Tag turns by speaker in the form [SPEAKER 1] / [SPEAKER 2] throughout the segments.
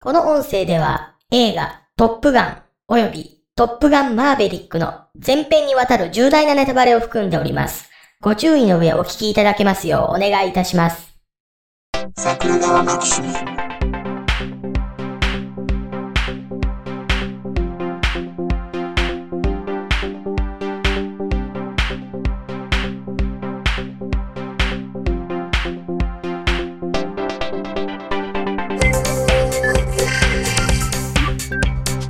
[SPEAKER 1] この音声では映画トップガン及びトップガンマーベリックの前編にわたる重大なネタバレを含んでおります。ご注意の上お聞きいただけますようお願いいたします。
[SPEAKER 2] 桜川マキシム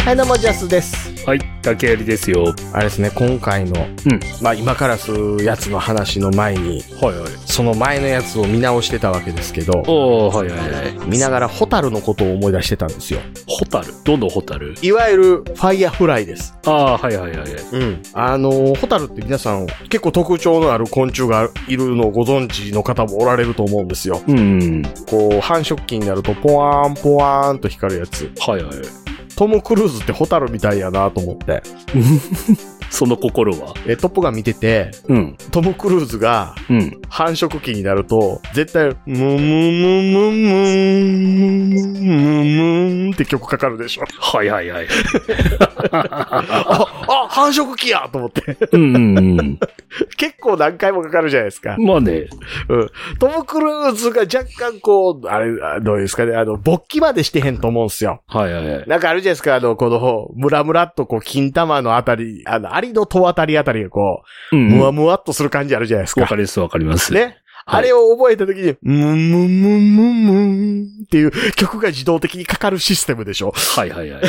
[SPEAKER 3] はい、どうも、ジャスです。
[SPEAKER 4] はい、竹槍ですよ。
[SPEAKER 3] あれですね、今回の、
[SPEAKER 4] ん
[SPEAKER 3] まあ今からするやつの話の前に、
[SPEAKER 4] はいはい。
[SPEAKER 3] その前のやつを見直してたわけですけど、
[SPEAKER 4] おー、はいはいはい。
[SPEAKER 3] 見ながらホタルのことを思い出してたんですよ。
[SPEAKER 4] ホタルどのホタル
[SPEAKER 3] いわゆる、ファイヤーフライです。
[SPEAKER 4] あー、はいはいはいはい。
[SPEAKER 3] うん。あの、ホタルって皆さん、結構特徴のある昆虫がいるのをご存知の方もおられると思うんですよ。
[SPEAKER 4] うん。
[SPEAKER 3] こう、繁殖期になると、ポワーンポワーンと光るやつ。
[SPEAKER 4] はいはい。
[SPEAKER 3] トム・クルーズってホタルみたいやなと思って。
[SPEAKER 4] その心は
[SPEAKER 3] え、トップガン見てて、
[SPEAKER 4] うん。
[SPEAKER 3] トム・クルーズが、
[SPEAKER 4] うん。
[SPEAKER 3] 繁殖期になると、絶対、ムンムンムンムンムンムンムンって曲かかるでしょ。
[SPEAKER 4] はいはいはい。
[SPEAKER 3] あ、あ、繁殖期やと思って。
[SPEAKER 4] うんうん うん。
[SPEAKER 3] 結構何回もかかるじゃないですか。
[SPEAKER 4] まあね。
[SPEAKER 3] うん。トム・クルーズが若干こう、あれ、あどうですかね、あの、勃起までしてへんと思うんすよ。
[SPEAKER 4] はいはいはい。
[SPEAKER 3] なんかあるじゃないですか、あの、この、ムラムラっとこう、金玉のあたり、あの、アリの戸あたりあたりがこ
[SPEAKER 4] う
[SPEAKER 3] う、
[SPEAKER 4] んうん。
[SPEAKER 3] ムワ
[SPEAKER 4] わ
[SPEAKER 3] ムワっとする感じあるじゃないですか。
[SPEAKER 4] かりますわかります。。
[SPEAKER 3] ね。
[SPEAKER 4] はい
[SPEAKER 3] あれを覚えたときに、ムンムンムンムンムンっていう曲が自動的にかかるシステムでしょ。
[SPEAKER 4] はいはいはい。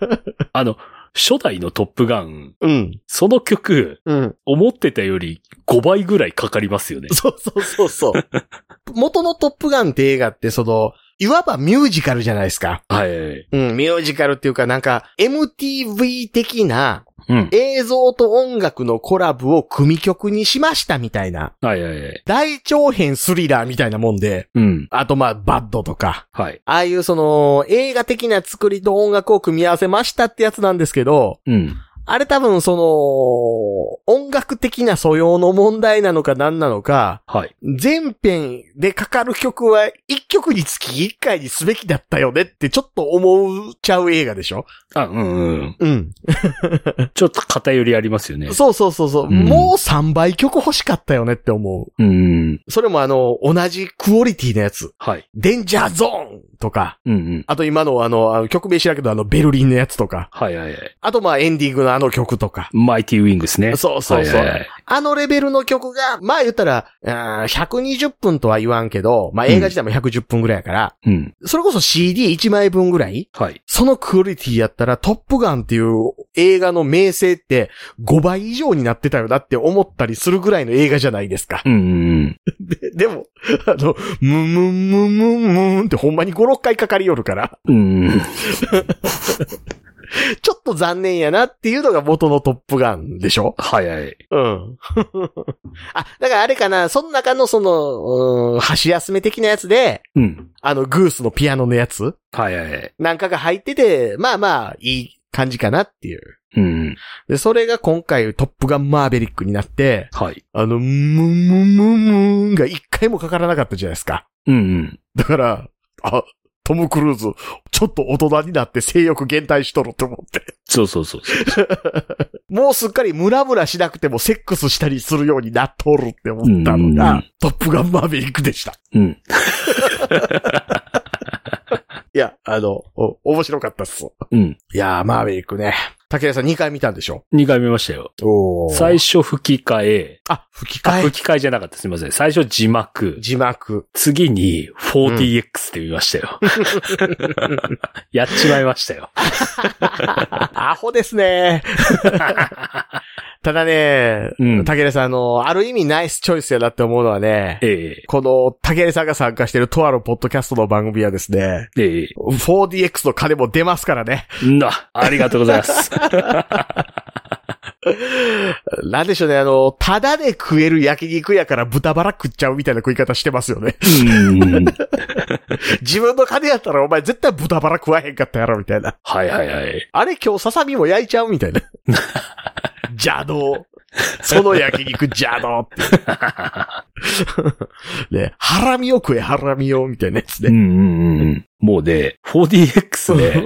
[SPEAKER 4] あの、初代のトップガン、
[SPEAKER 3] うん。
[SPEAKER 4] その曲、
[SPEAKER 3] うん。
[SPEAKER 4] 思ってたより5倍ぐらいかかりますよね。
[SPEAKER 3] そうそうそうそう。 元のトップガンって映画ってその、いわばミュージカルじゃないですか。
[SPEAKER 4] はいはいはい。
[SPEAKER 3] うん、ミュージカルっていうかなんか MTV 的な
[SPEAKER 4] うん。
[SPEAKER 3] 映像と音楽のコラボを組曲にしましたみたいな。
[SPEAKER 4] はいはいはい。
[SPEAKER 3] 大長編スリラーみたいなもんで、
[SPEAKER 4] うん。
[SPEAKER 3] あとまあバッドとか、
[SPEAKER 4] はい。
[SPEAKER 3] ああいうその、映画的な作りと音楽を組み合わせましたってやつなんですけど、
[SPEAKER 4] うん。
[SPEAKER 3] あれ多分その、音楽的な素養の問題なのか何なのか、
[SPEAKER 4] はい。
[SPEAKER 3] 全編でかかる曲は一曲につき一回にすべきだったよねってちょっと思っちゃう映画でしょ
[SPEAKER 4] あ、うんうん。
[SPEAKER 3] うん。
[SPEAKER 4] ちょっと偏りありますよね。
[SPEAKER 3] そうそうそうそう。
[SPEAKER 4] うん
[SPEAKER 3] もう3倍曲欲しかったよねって思
[SPEAKER 4] うんうん。
[SPEAKER 3] う。それもあの、同じクオリティのやつ。
[SPEAKER 4] はい。
[SPEAKER 3] デンジャーゾーンとか。
[SPEAKER 4] うんうん。
[SPEAKER 3] あと今のあの、あの曲名知らんけどあの、ベルリンのやつとか。
[SPEAKER 4] はいはいはい。
[SPEAKER 3] あとまあエンディングのあの曲とか。
[SPEAKER 4] マイティウィングスね。
[SPEAKER 3] そうそうそう。
[SPEAKER 4] はいはいはい
[SPEAKER 3] あのレベルの曲が、まあ言ったら、あー120分とは言わんけど、まあ映画自体も110分ぐらいやから、
[SPEAKER 4] うん。
[SPEAKER 3] それこそ CD1 枚分ぐらい
[SPEAKER 4] はい。
[SPEAKER 3] そのクオリティやったら、トップガンっていう映画の名声って5倍以上になってたよなって思ったりするぐらいの映画じゃないですか。
[SPEAKER 4] うんうん
[SPEAKER 3] ででも、あの、ムンムンムンムンムンってほんまに5、6回かかりよるから、
[SPEAKER 4] うん。うんうん。
[SPEAKER 3] ちょっと残念やなっていうのが元のトップガンでしょ
[SPEAKER 4] はいはい。
[SPEAKER 3] うん。 あ、だからあれかな、その中のその、うーん、箸休め的なやつで、
[SPEAKER 4] うん。
[SPEAKER 3] あの、グースのピアノのやつ
[SPEAKER 4] はいはいはい。
[SPEAKER 3] なんかが入ってて、まあまあ、いい感じかなっていう。
[SPEAKER 4] うん。
[SPEAKER 3] で、それが今回、トップガンマーベリックになって、
[SPEAKER 4] はい。
[SPEAKER 3] あの、ムンムンムンムンが一回もかからなかったじゃないですか。
[SPEAKER 4] うんうん。
[SPEAKER 3] だから、あ、トム・クルーズ、ちょっと大人になって性欲減退しとると思って。
[SPEAKER 4] そうそう そう。
[SPEAKER 3] もうすっかりムラムラしなくてもセックスしたりするようになっとるって思ったの
[SPEAKER 4] うんうんう
[SPEAKER 3] が
[SPEAKER 4] ん、
[SPEAKER 3] トップガンマーベリックでした。
[SPEAKER 4] うん。
[SPEAKER 3] いや、あの、お面白かったっす。
[SPEAKER 4] うん。
[SPEAKER 3] いやー、マーベリックね。竹田さん2回見たんでしょ
[SPEAKER 4] 2回見ましたよ。
[SPEAKER 3] お
[SPEAKER 4] 最初吹き替え。
[SPEAKER 3] あ、吹き
[SPEAKER 4] あ
[SPEAKER 3] 替え。
[SPEAKER 4] 吹き替えじゃなかった。すみません。最初字幕。
[SPEAKER 3] 字幕。
[SPEAKER 4] 次に 4DX って見ました よ。やっちまいましたよ。
[SPEAKER 3] アホです ね。ただね、
[SPEAKER 4] うん
[SPEAKER 3] 竹田さん、あの、ある意味ナイスチョイスやなって思うのはね、
[SPEAKER 4] え
[SPEAKER 3] この、竹田さんが参加してるとあるポッドキャストの番組はですね、
[SPEAKER 4] え。え
[SPEAKER 3] 4DX の金も出ますからね。
[SPEAKER 4] え。な、ありがとうござい ます。
[SPEAKER 3] なんでしょうね、あの、ただで食える焼肉やから豚バラ食っちゃうみたいな食い方してますよね。
[SPEAKER 4] うん。
[SPEAKER 3] 自分の金やったらお前絶対豚バラ食わへんかったやろ、みたいな。
[SPEAKER 4] はいはいはい。
[SPEAKER 3] あれ今日ささみも焼いちゃうみたい な。邪道。その焼肉邪道って いう。ね、ハラミを食え、ハラミを、みたいなやつ
[SPEAKER 4] う
[SPEAKER 3] ね。
[SPEAKER 4] んうんうんうん。もうで、4DX で、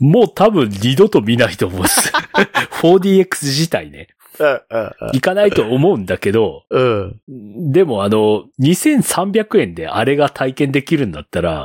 [SPEAKER 4] もう多分二度と見ないと思う んです。4DX 自体ね。行かないと思うんだけど、
[SPEAKER 3] うん。
[SPEAKER 4] でもあの、2300円であれが体験できるんだったら、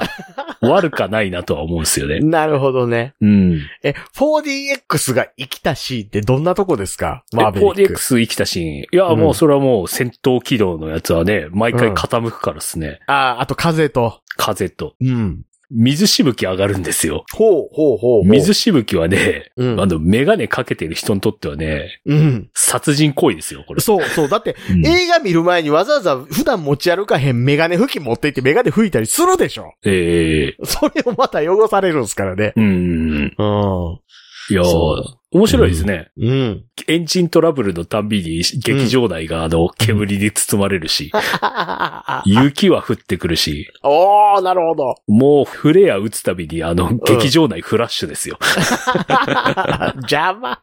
[SPEAKER 4] 悪かないなとは思うんですよね。
[SPEAKER 3] なるほどね。
[SPEAKER 4] うん。
[SPEAKER 3] え、4DX が生きたシーンってどんなとこですか
[SPEAKER 4] で
[SPEAKER 3] マーベリック。
[SPEAKER 4] 4DX 生きたシーン。いや、
[SPEAKER 3] うん
[SPEAKER 4] もうそれはもう戦闘機動のやつはね、毎回傾くからですね。
[SPEAKER 3] ああ、あと風と。
[SPEAKER 4] 風と。
[SPEAKER 3] うん。
[SPEAKER 4] 水しぶき上がるんですよ。
[SPEAKER 3] ほうほうほうほう。
[SPEAKER 4] 水しぶきはね、
[SPEAKER 3] うん
[SPEAKER 4] あ。の、メガネかけてる人にとってはね、
[SPEAKER 3] うん。
[SPEAKER 4] 殺人行為ですよ、これ。
[SPEAKER 3] そう そう。だって、
[SPEAKER 4] うん
[SPEAKER 3] 映画見る前にわざわざ普段持ち歩かへんメガネ拭き持って行ってメガネ拭いたりするでしょ。
[SPEAKER 4] ええ
[SPEAKER 3] それをまた汚されるんですからね。
[SPEAKER 4] うん。
[SPEAKER 3] うん。
[SPEAKER 4] いや
[SPEAKER 3] そ
[SPEAKER 4] 面白いですね。
[SPEAKER 3] うん。
[SPEAKER 4] エンジントラブルのたんびに劇場内があの、煙に包まれるし、雪は降ってくるし、
[SPEAKER 3] おー、なるほど。
[SPEAKER 4] もうフレア打つたびにあの、劇場内フラッシュですよ。
[SPEAKER 3] 邪魔。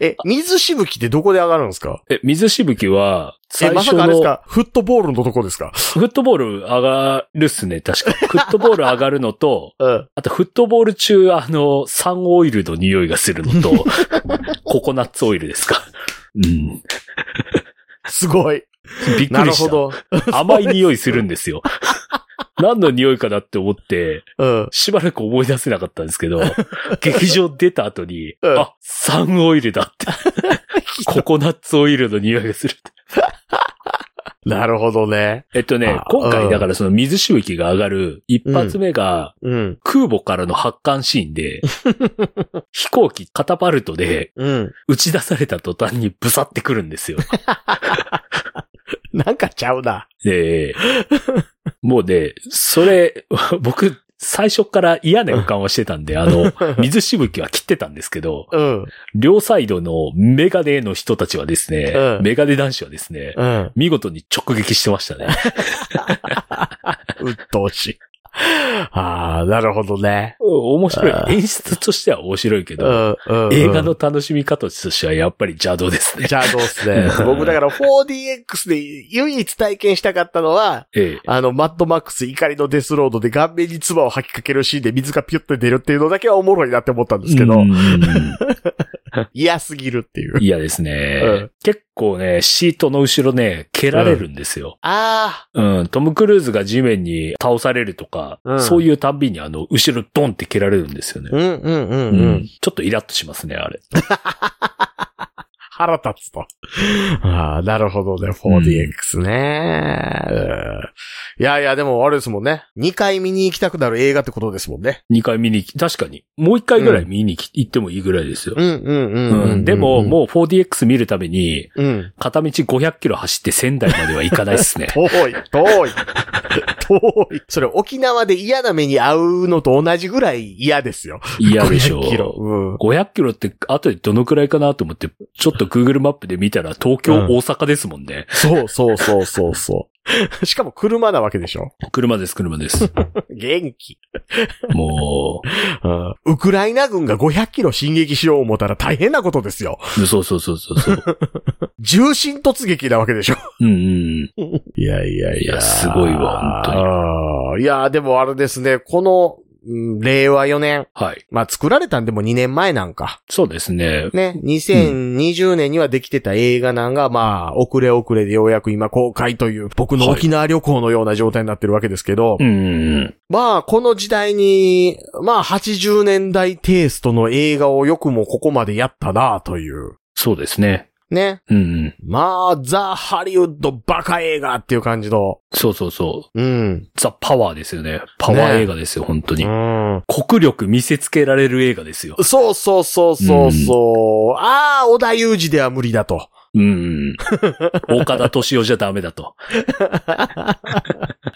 [SPEAKER 3] え、水しぶきってどこで上がるんですか
[SPEAKER 4] え、水しぶきは、
[SPEAKER 3] え、
[SPEAKER 4] 最
[SPEAKER 3] まさ
[SPEAKER 4] 初
[SPEAKER 3] かあれです
[SPEAKER 4] の、
[SPEAKER 3] かフットボールのとこですか
[SPEAKER 4] フットボール上がるっすね、確か。フットボール上がるのと、
[SPEAKER 3] うん。
[SPEAKER 4] あとフットボール中、あの、サンオイルの匂いがするの と、ココナッツオイルですか。うん。
[SPEAKER 3] すごい。
[SPEAKER 4] びっ
[SPEAKER 3] な
[SPEAKER 4] く
[SPEAKER 3] る
[SPEAKER 4] りし
[SPEAKER 3] ほ
[SPEAKER 4] た。
[SPEAKER 3] ど。
[SPEAKER 4] 甘い匂いするんで すよ。何の匂いかなって思って、
[SPEAKER 3] うん。
[SPEAKER 4] しばらく思い出せなかったんです けど、劇場出た後に、
[SPEAKER 3] うん
[SPEAKER 4] あ、サンオイ ルだって。ココナッツオイルの匂いがする。
[SPEAKER 3] なるほどね。
[SPEAKER 4] えっとね
[SPEAKER 3] あ、
[SPEAKER 4] 今
[SPEAKER 3] う
[SPEAKER 4] 回
[SPEAKER 3] ん
[SPEAKER 4] だからその水しぶきが上がる一発目が
[SPEAKER 3] うん。
[SPEAKER 4] 空母からの発艦シー ンで、飛行機カタパルトで
[SPEAKER 3] うん。
[SPEAKER 4] 打ち出された途端にブサってくるんですよ。
[SPEAKER 3] なんかちゃうな。
[SPEAKER 4] で、もうね、それ、 僕、最初から嫌な予感はしてたんで、あの、水しぶきは切ってたんですけど、
[SPEAKER 3] うん。
[SPEAKER 4] 両サイドのメガネの人たちはですね、
[SPEAKER 3] うん
[SPEAKER 4] メガネ男子はですね、
[SPEAKER 3] うん。
[SPEAKER 4] 見事に直撃してましたね。
[SPEAKER 3] うっとうしい。あー、なるほどね。
[SPEAKER 4] 面白
[SPEAKER 3] あ
[SPEAKER 4] い。演出としては面白いけ
[SPEAKER 3] う
[SPEAKER 4] ど、
[SPEAKER 3] ん。うん。
[SPEAKER 4] 映画の楽しみ方としてはやっぱり邪道ですね。
[SPEAKER 3] じゃあどうっすね。僕だから 4DX で唯一体験したかったのは、
[SPEAKER 4] ええ。
[SPEAKER 3] あの、マッドマックス怒りのデスロードで顔面に唾を吐きかけるシーンで水がピュッと出るっていうのだけはおもろいなって思ったんですけど
[SPEAKER 4] う、ん。
[SPEAKER 3] 嫌すぎるっていう。
[SPEAKER 4] 嫌ですね、
[SPEAKER 3] うん
[SPEAKER 4] 結構ね、シートの後ろね、蹴られるんですよ。
[SPEAKER 3] あ
[SPEAKER 4] うん、トム・クルーズが地面に倒されるとか、
[SPEAKER 3] うん
[SPEAKER 4] そういうたんびにあの、後ろドンって蹴られるんですよ
[SPEAKER 3] あ、う
[SPEAKER 4] ね。
[SPEAKER 3] んうんうん
[SPEAKER 4] う
[SPEAKER 3] うん。
[SPEAKER 4] ちょっとイラッとしますね、あれ。
[SPEAKER 3] 腹立つと。ああ、なるほどね、4DX ね、うんいやいや、でもあれですもんね。2回見に行きたくなる映画ってことですもんね。
[SPEAKER 4] 2回見に、確かに。もう1回ぐらい見に来行ってもいいぐらいですよ。
[SPEAKER 3] んうんう
[SPEAKER 4] うんでも、もう 4DX 見るために、
[SPEAKER 3] うん。うん。。
[SPEAKER 4] 片道500キロ走って仙台までは行かないですね
[SPEAKER 3] 遠い、遠い。遠い。それ沖縄で嫌な目に遭うのと同じぐらい嫌ですよ。
[SPEAKER 4] 嫌でしょ
[SPEAKER 3] 500キロ。うん。
[SPEAKER 4] 500キロって、後でどのくらいかなと思って、ちょっと Google マップで見たら、東京、
[SPEAKER 3] うん
[SPEAKER 4] 大阪ですもんね。
[SPEAKER 3] そうそうそうそうそう。 しかも車なわけでしょ
[SPEAKER 4] 車です、車です。
[SPEAKER 3] 元気、
[SPEAKER 4] も
[SPEAKER 3] うん。ウクライナ軍が500キロ進撃しよう思ったら大変なことですよ。
[SPEAKER 4] う、そうそうそうそうそう。
[SPEAKER 3] 重心突撃なわけでしょ
[SPEAKER 4] うんうん。
[SPEAKER 3] いやいや
[SPEAKER 4] いやすごいわ本当に
[SPEAKER 3] 当に。いや、でもあれですね、この、うん令和4年。
[SPEAKER 4] はい。
[SPEAKER 3] まあ、作られたんでも2年前なんか。
[SPEAKER 4] そうですね。
[SPEAKER 3] ね。2020年にはできてた映画なんが、まあ、遅れ遅れでようやく今公開という、僕の沖縄旅行のような状態になってるわけですけど。
[SPEAKER 4] うん。
[SPEAKER 3] まあ、この時代に、まあ、80年代テイストの映画をよくもここまでやったなあという。
[SPEAKER 4] そうですね。
[SPEAKER 3] ね。
[SPEAKER 4] うん。
[SPEAKER 3] まあ、ザ・ハリウッドバカ映画っていう感じの。
[SPEAKER 4] そうそうそ
[SPEAKER 3] う
[SPEAKER 4] う。
[SPEAKER 3] ん。
[SPEAKER 4] ザ・パワーですよね。パワー映画ですよ、本当
[SPEAKER 3] う
[SPEAKER 4] に。
[SPEAKER 3] ん。
[SPEAKER 4] 国力見せつけられる映画ですよ。
[SPEAKER 3] そうそうそうそうそう。ああ、小田裕二では無理だと。
[SPEAKER 4] うん。岡田敏夫じゃダメだ と。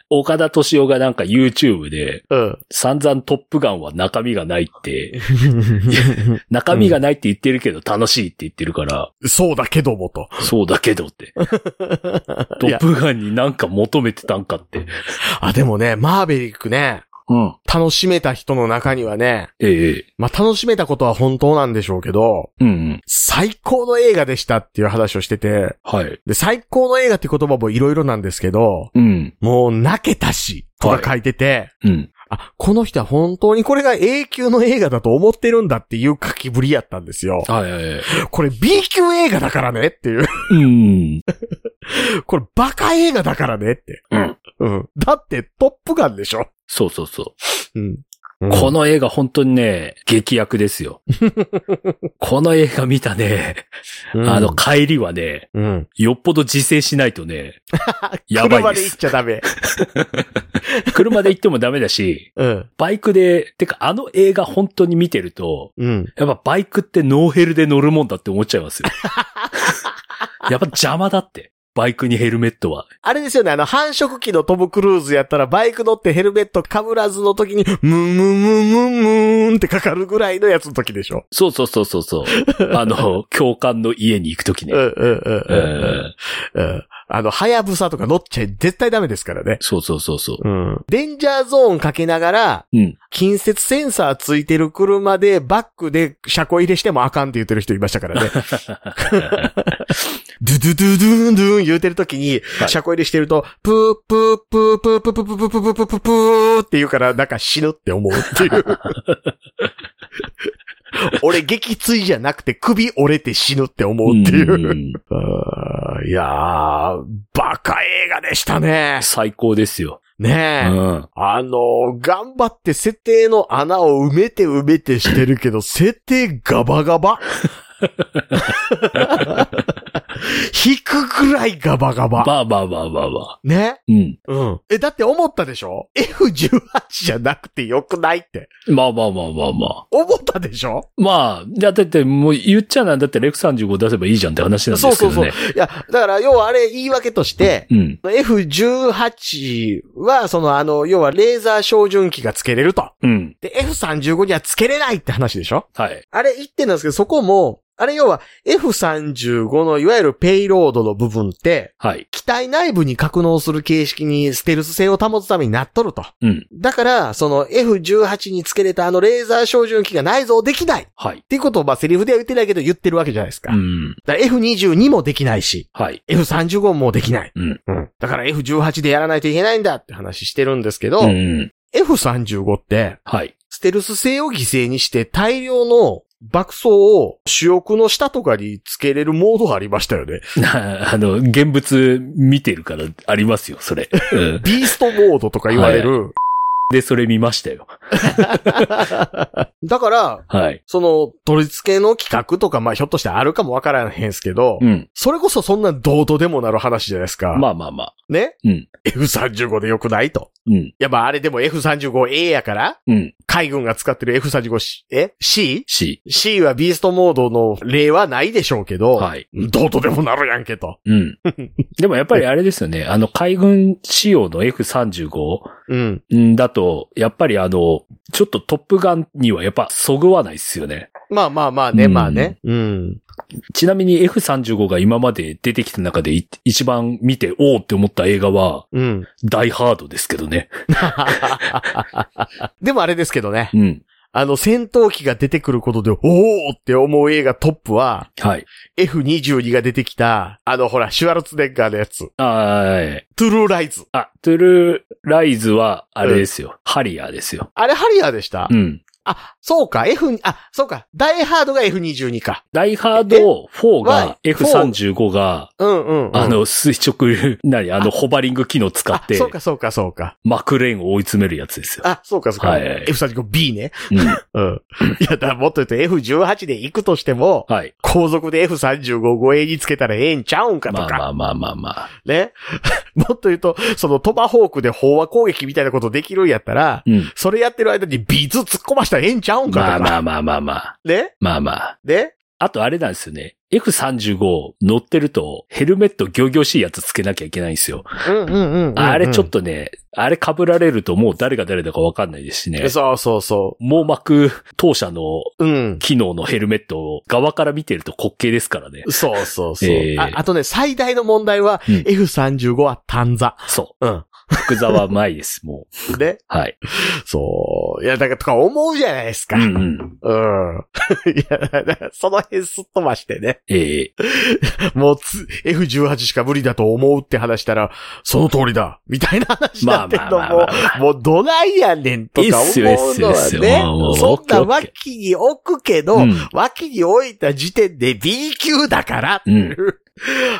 [SPEAKER 4] 岡田敏夫がなんか YouTube で
[SPEAKER 3] うん。
[SPEAKER 4] 散々トップガンは中身がない って、中身がないって言ってるけど楽しいって言ってるから、
[SPEAKER 3] そうだけどもと。
[SPEAKER 4] そうだけど って。ト
[SPEAKER 3] いや
[SPEAKER 4] ップガンになんか求めてたんかって。
[SPEAKER 3] あ、でもね、マーベリックね、
[SPEAKER 4] うん。
[SPEAKER 3] 楽しめた人の中にはね、
[SPEAKER 4] ええ
[SPEAKER 3] まあ、楽しめたことは本当なんでしょうけど、
[SPEAKER 4] うんうん。
[SPEAKER 3] 最高の映画でしたっていう話をしてて、
[SPEAKER 4] はい。
[SPEAKER 3] で、最高の映画って言葉もいろいろなんですけど、
[SPEAKER 4] うん。
[SPEAKER 3] もう泣けたし、とか書いてて、
[SPEAKER 4] うん。
[SPEAKER 3] あ、この人は本当にこれが A 級の映画だと思ってるんだっていう書きぶりやったんですよ。
[SPEAKER 4] はいはいはい。
[SPEAKER 3] これ B 級映画だからねって いう。
[SPEAKER 4] うん。
[SPEAKER 3] これバカ映画だからねって。
[SPEAKER 4] うん。
[SPEAKER 3] うん。だってトップガンでしょ。
[SPEAKER 4] そうそうそ
[SPEAKER 3] う
[SPEAKER 4] う。
[SPEAKER 3] ん。
[SPEAKER 4] この映画本当にね、劇薬です よ。この映画見たね、
[SPEAKER 3] うん
[SPEAKER 4] あの、帰りはね、
[SPEAKER 3] うん。
[SPEAKER 4] よっぽど自制しないとね、やば
[SPEAKER 3] 車
[SPEAKER 4] い
[SPEAKER 3] で行
[SPEAKER 4] で
[SPEAKER 3] っ
[SPEAKER 4] す。
[SPEAKER 3] ちゃダメ。
[SPEAKER 4] 車で行ってもダメだし、
[SPEAKER 3] うん。
[SPEAKER 4] バイクで、てかあの映画本当に見てると、
[SPEAKER 3] うん。
[SPEAKER 4] やっぱバイクってノーヘルで乗るもんだって思っちゃ いますよ。やっぱ邪魔だって。バイクにヘルメットは。
[SPEAKER 3] あれですよね、あの、繁殖期のトム・クルーズやったら、バイク乗ってヘルメット被らずの時に、ムンムンムンムンムーンってかかるぐらいのやつの時でしょ。
[SPEAKER 4] そうそうそうそうそう。あの、教官の家に行くときね。
[SPEAKER 3] うんうんうん
[SPEAKER 4] う
[SPEAKER 3] うんんうん。うん。あの、ハヤブサとか乗っちゃ絶対ダメですからね。
[SPEAKER 4] そうそうそうそう。
[SPEAKER 3] うん。デンジャーゾーンかけながら、
[SPEAKER 4] うん。
[SPEAKER 3] 近接センサーついてる車で、バックで車庫入れしてもあかんって言ってる人いました からね。ドゥドゥドゥドゥンドゥン言うてる時に
[SPEAKER 4] は、い
[SPEAKER 3] 車庫入れしてると、プープープープープープープープープープープーって言うから、なんか死ぬって思うって いう。俺、撃墜じゃなくて首折れて死ぬって思うっていう。
[SPEAKER 4] ん
[SPEAKER 3] あーいやー、バカ映画でしたね。
[SPEAKER 4] 最高ですよ。う
[SPEAKER 3] ねえ。
[SPEAKER 4] ん。
[SPEAKER 3] あの、頑張って設定の穴を埋めて埋めてしてるけど、 設定ガバガバ。 引くくらいガバガバ。
[SPEAKER 4] ばあばあばあばあば。
[SPEAKER 3] ね
[SPEAKER 4] うん。
[SPEAKER 3] うん。え、だって思ったでしょ ?F18 じゃなくてよくないって。
[SPEAKER 4] まあまあまあまあまあ。
[SPEAKER 3] 思ったでしょ
[SPEAKER 4] まあ、だってもう言っちゃなんだってレク35出せばいいじゃんって話なんですけどね。
[SPEAKER 3] そうそういや、だから要はあれ言い訳として、
[SPEAKER 4] うん。
[SPEAKER 3] F18 は、そのあの、要はレーザー照準器がつけれると。
[SPEAKER 4] うん。
[SPEAKER 3] で、F35 にはつけれないって話でしょ
[SPEAKER 4] はい。
[SPEAKER 3] あれ1点なんですけど、そこも、あれ要は F35 のいわゆるペイロードの部分って、
[SPEAKER 4] はい。
[SPEAKER 3] 機体内部に格納する形式にステルス性を保つためになっとると。
[SPEAKER 4] うん。
[SPEAKER 3] だから、その F18 につけれたあのレーザー照準器が内蔵できないっ
[SPEAKER 4] はい。
[SPEAKER 3] ていうことを、まあセリフでは言ってないけど言ってるわけじゃないですか。
[SPEAKER 4] うん。
[SPEAKER 3] だから F22 もできないし、
[SPEAKER 4] はい。
[SPEAKER 3] F35 もできない。
[SPEAKER 4] うん
[SPEAKER 3] だから F18 でやらないといけないんだって話してるんですけど、
[SPEAKER 4] うん。
[SPEAKER 3] F35 って、
[SPEAKER 4] はい。
[SPEAKER 3] ステルス性を犠牲にして大量の爆走を主翼の下とかにつけれるモードありましたよね。
[SPEAKER 4] なあの、現物見てるからありますよ、それ。うん。
[SPEAKER 3] ビーストモードとか言われる。
[SPEAKER 4] で、それ見ましたよ。
[SPEAKER 3] だから、
[SPEAKER 4] はい。
[SPEAKER 3] その、取り付けの企画とか、まあ、ひょっとしてあるかもわからへんすけど、
[SPEAKER 4] うん。
[SPEAKER 3] それこそそんなどうとでもなる話じゃないですか。
[SPEAKER 4] まあまあまあ。
[SPEAKER 3] ね、
[SPEAKER 4] うん
[SPEAKER 3] F35 でよくないと。
[SPEAKER 4] うん。
[SPEAKER 3] いや、まあ、あれでも F35A やから、
[SPEAKER 4] うん。
[SPEAKER 3] 海軍が使ってる F35、え ?C?C
[SPEAKER 4] C。
[SPEAKER 3] はビーストモードの例はないでしょうけど、
[SPEAKER 4] はい。
[SPEAKER 3] どうとでもなるやんけと。
[SPEAKER 4] うん。でもやっぱりあれですよね。あの、海軍仕様の F35
[SPEAKER 3] うん。
[SPEAKER 4] んだと、やっぱりあの、ちょっとトップガンにはやっぱそぐわないっすよね。
[SPEAKER 3] まあまあまあ
[SPEAKER 4] う
[SPEAKER 3] ね、
[SPEAKER 4] ん
[SPEAKER 3] まあね。うん。
[SPEAKER 4] ちなみに F35 が今まで出てきた中でい一番見て、おおって思った映画は、
[SPEAKER 3] うん。
[SPEAKER 4] ダイハードですけどね。
[SPEAKER 3] でもあれですけどね。
[SPEAKER 4] うん。
[SPEAKER 3] あの、戦闘機が出てくることで、おおって思う映画トップは、
[SPEAKER 4] はい。
[SPEAKER 3] F22 が出てきた、あの、ほら、シュワルツェネッガーのやつ。
[SPEAKER 4] あー
[SPEAKER 3] トゥルーライズ。
[SPEAKER 4] あ、トゥルーライズは、あれですよ、ハリアーですよ。
[SPEAKER 3] あれ、ハリアーでした。
[SPEAKER 4] うん。
[SPEAKER 3] あ、そうか、F、あ、そうか、ダイハードが F22 か。
[SPEAKER 4] ダイハード4が、
[SPEAKER 3] え
[SPEAKER 4] F35 が、
[SPEAKER 3] うんうん、うん。
[SPEAKER 4] あ、の、垂直、何、あの、ホバリング機能使
[SPEAKER 3] あ
[SPEAKER 4] っ、て
[SPEAKER 3] そ、うか、そうか、そうか。
[SPEAKER 4] マクレーンを追い詰めるやつですよ。
[SPEAKER 3] あ、そうか、そうか。
[SPEAKER 4] はいはい
[SPEAKER 3] F35B ね。
[SPEAKER 4] うん。
[SPEAKER 3] うん。 いや、だからもっと言うと F18 で行くとしても、
[SPEAKER 4] はい。
[SPEAKER 3] 後続で F35 護衛につけたらええんちゃうんかと
[SPEAKER 4] まあ
[SPEAKER 3] か。
[SPEAKER 4] まあまあまあまあ。
[SPEAKER 3] ね。 もっと言うと、そのトマホークで飽和攻撃みたいなことできるんやったら、
[SPEAKER 4] うん。
[SPEAKER 3] それやってる間にビーズ突っ込ましたらええんちゃうんかと
[SPEAKER 4] ま
[SPEAKER 3] か。
[SPEAKER 4] あまあまあまあまあ。
[SPEAKER 3] ね
[SPEAKER 4] まあまあ。
[SPEAKER 3] ね
[SPEAKER 4] あとあれなんですよね。F35 乗ってると、ヘルメット行々しいやつつけなきゃいけないんですよ。
[SPEAKER 3] うんうんうんうんうん
[SPEAKER 4] あれちょっとね、あれ被られるともう誰が誰だかわかんないですしね。
[SPEAKER 3] そうそうそ
[SPEAKER 4] 網膜当社の
[SPEAKER 3] う。うん。
[SPEAKER 4] 機能のヘルメットを側から見てると滑稽ですからね。
[SPEAKER 3] そうそうそう。
[SPEAKER 4] えー
[SPEAKER 3] ああとね、最大の問題は、
[SPEAKER 4] うん
[SPEAKER 3] F35 は短座。
[SPEAKER 4] そ
[SPEAKER 3] うん。
[SPEAKER 4] 福沢舞です、もう。
[SPEAKER 3] で、
[SPEAKER 4] はい。
[SPEAKER 3] そう。いや、だから、とか思うじゃないです
[SPEAKER 4] う
[SPEAKER 3] か。
[SPEAKER 4] ん
[SPEAKER 3] う。
[SPEAKER 4] うんん。
[SPEAKER 3] いや、だからその辺すっ飛ばしてね。
[SPEAKER 4] ええ
[SPEAKER 3] もうつ F18 しか無理だと思うって話したら、その通りだみたいな話に
[SPEAKER 4] ま
[SPEAKER 3] な
[SPEAKER 4] あ
[SPEAKER 3] ってん
[SPEAKER 4] まあ
[SPEAKER 3] の
[SPEAKER 4] まあま
[SPEAKER 3] も
[SPEAKER 4] あまあ。
[SPEAKER 3] う、もうどないやねんとか思うの
[SPEAKER 4] いいっすよいいっ
[SPEAKER 3] は
[SPEAKER 4] すよいいっすよもうも
[SPEAKER 3] ね
[SPEAKER 4] う、
[SPEAKER 3] そんな
[SPEAKER 4] オッケーオッケ
[SPEAKER 3] 脇に置くけど、
[SPEAKER 4] うん
[SPEAKER 3] 脇に置いた時点で B 級だからっていう、